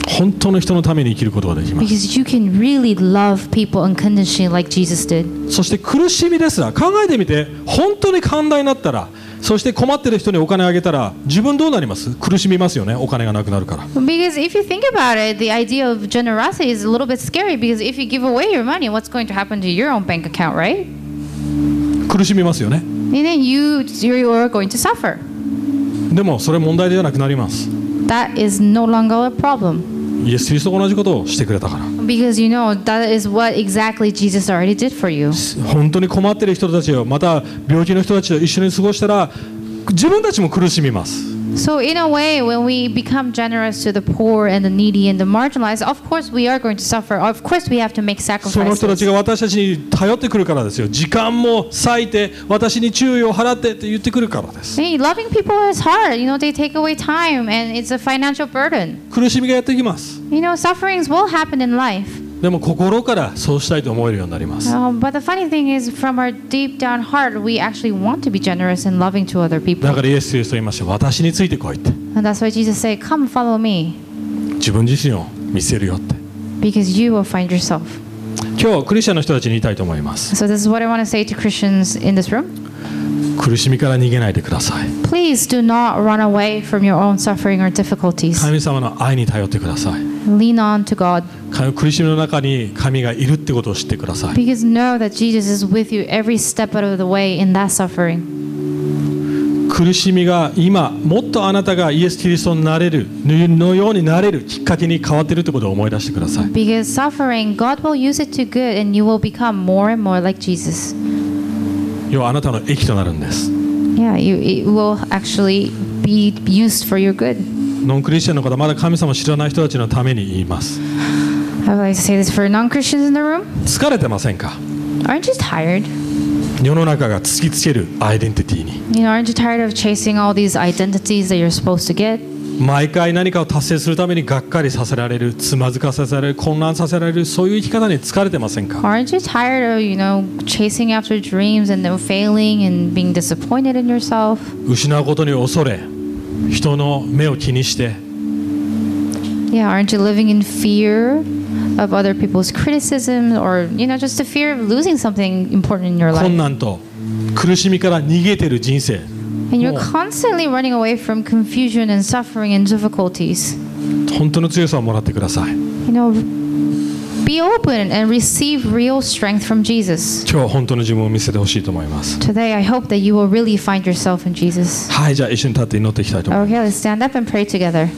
[SPEAKER 1] 本当の人のために生きることができます
[SPEAKER 2] Because you can really love people unconditionally like Jesus did.
[SPEAKER 1] そして苦しみですら考えてみて本当に寛大になったらそして困ってる人にお金あげたら自分どうなります苦しみますよねお金がなくなるから
[SPEAKER 2] Because if you think about it, the idea of generosity is a little bit scary because if you give away your money, what's going to happen to your own bank account, right?
[SPEAKER 1] 苦しみますよね
[SPEAKER 2] And then you you are going to suffer.
[SPEAKER 1] でもそれ問題じゃなくなります
[SPEAKER 2] That is no longer a problem
[SPEAKER 1] イエス・キリストが同じことをしてくれたから
[SPEAKER 2] because you know that is what exactly Jesus already did for you.
[SPEAKER 1] 本当に困ってる人たちをまた病気の人たちと一緒に過ごしたら自分たちも苦しみます
[SPEAKER 2] So in a way, when we become generous to the poor and the needy and the marginalized, of course we are going to suffer. Of course we have to make
[SPEAKER 1] その人たち
[SPEAKER 2] sacrifices.
[SPEAKER 1] が私たちに頼ってくるからですよ時間も割いて私に注意を払ってって言ってくるからです
[SPEAKER 2] Hey, loving people is hard. You know, they take away time and it's a financial burden.
[SPEAKER 1] 苦しみがやってきます
[SPEAKER 2] You know, sufferings will happen in life.
[SPEAKER 1] でも心からそうしたいと思えるようになります
[SPEAKER 2] Um, but the funny thing is, from our deep down heart, we actually want to be generous and loving to other
[SPEAKER 1] だ
[SPEAKER 2] people.
[SPEAKER 1] からイエス・キリストは言いました私についてこいって
[SPEAKER 2] And that's why Jesus said, Come, follow me,
[SPEAKER 1] 自分自身を見せるよって
[SPEAKER 2] because you will find yourself.
[SPEAKER 1] 今日クリスチャンの人たちに言いたいと思います
[SPEAKER 2] So, this is what I want to say to Christians in this room.
[SPEAKER 1] 苦しみから逃げないでください
[SPEAKER 2] Please do not run away from your own suffering or difficulties.
[SPEAKER 1] 神様の愛に頼ってください
[SPEAKER 2] Lean on to God,
[SPEAKER 1] 神苦しみの中に神がいるってことを知ってください
[SPEAKER 2] because know that Jesus is with you every step out of the way in that suffering.
[SPEAKER 1] 苦しみが今もっとあなたがイエス・キリストになれるのようになれるきっかけに変わっているってことを思い出してください
[SPEAKER 2] Because suffering, God will use it to good, and you will become more and more like Jesus.
[SPEAKER 1] 要はあなたの益となるんです
[SPEAKER 2] Yeah, you, it will actually be used for your good.
[SPEAKER 1] ノンクリスチャンの方まだ神様を知らない人たちのために言います
[SPEAKER 2] I would like to say this for non Christians in the room.
[SPEAKER 1] 疲れてませんか
[SPEAKER 2] Aren't you tired?
[SPEAKER 1] 世の中が突きつけるアイデンティティに
[SPEAKER 2] You know, aren't you tired of chasing all these identities that you're supposed to get?
[SPEAKER 1] 毎回何かを達成するためにがっかりさせられるつまずかさせられる混乱させられるそういう生き方に疲れてませんか
[SPEAKER 2] Aren't you tired of, you know, chasing after dreams and then failing and being disappointed in yourself?
[SPEAKER 1] 失うことに恐れ人の目を気にして
[SPEAKER 2] Yeah, aren't you living in fear of other people's criticism or, you know, just the fear of losing something important in your
[SPEAKER 1] 困
[SPEAKER 2] life?
[SPEAKER 1] 難と苦しみから逃げてる人生
[SPEAKER 2] And you're constantly running away from confusion and suffering and difficulties.
[SPEAKER 1] 本当の強さをもらってください
[SPEAKER 2] You know, be open and receive real strength from Jesus.
[SPEAKER 1] 今日本当の自分を見せてほしいと思います
[SPEAKER 2] Today, I hope that you will really find yourself in Jesus.
[SPEAKER 1] はいじゃあ一緒に立って祈っていきたいと思います
[SPEAKER 2] Okay, let's stand up and pray together.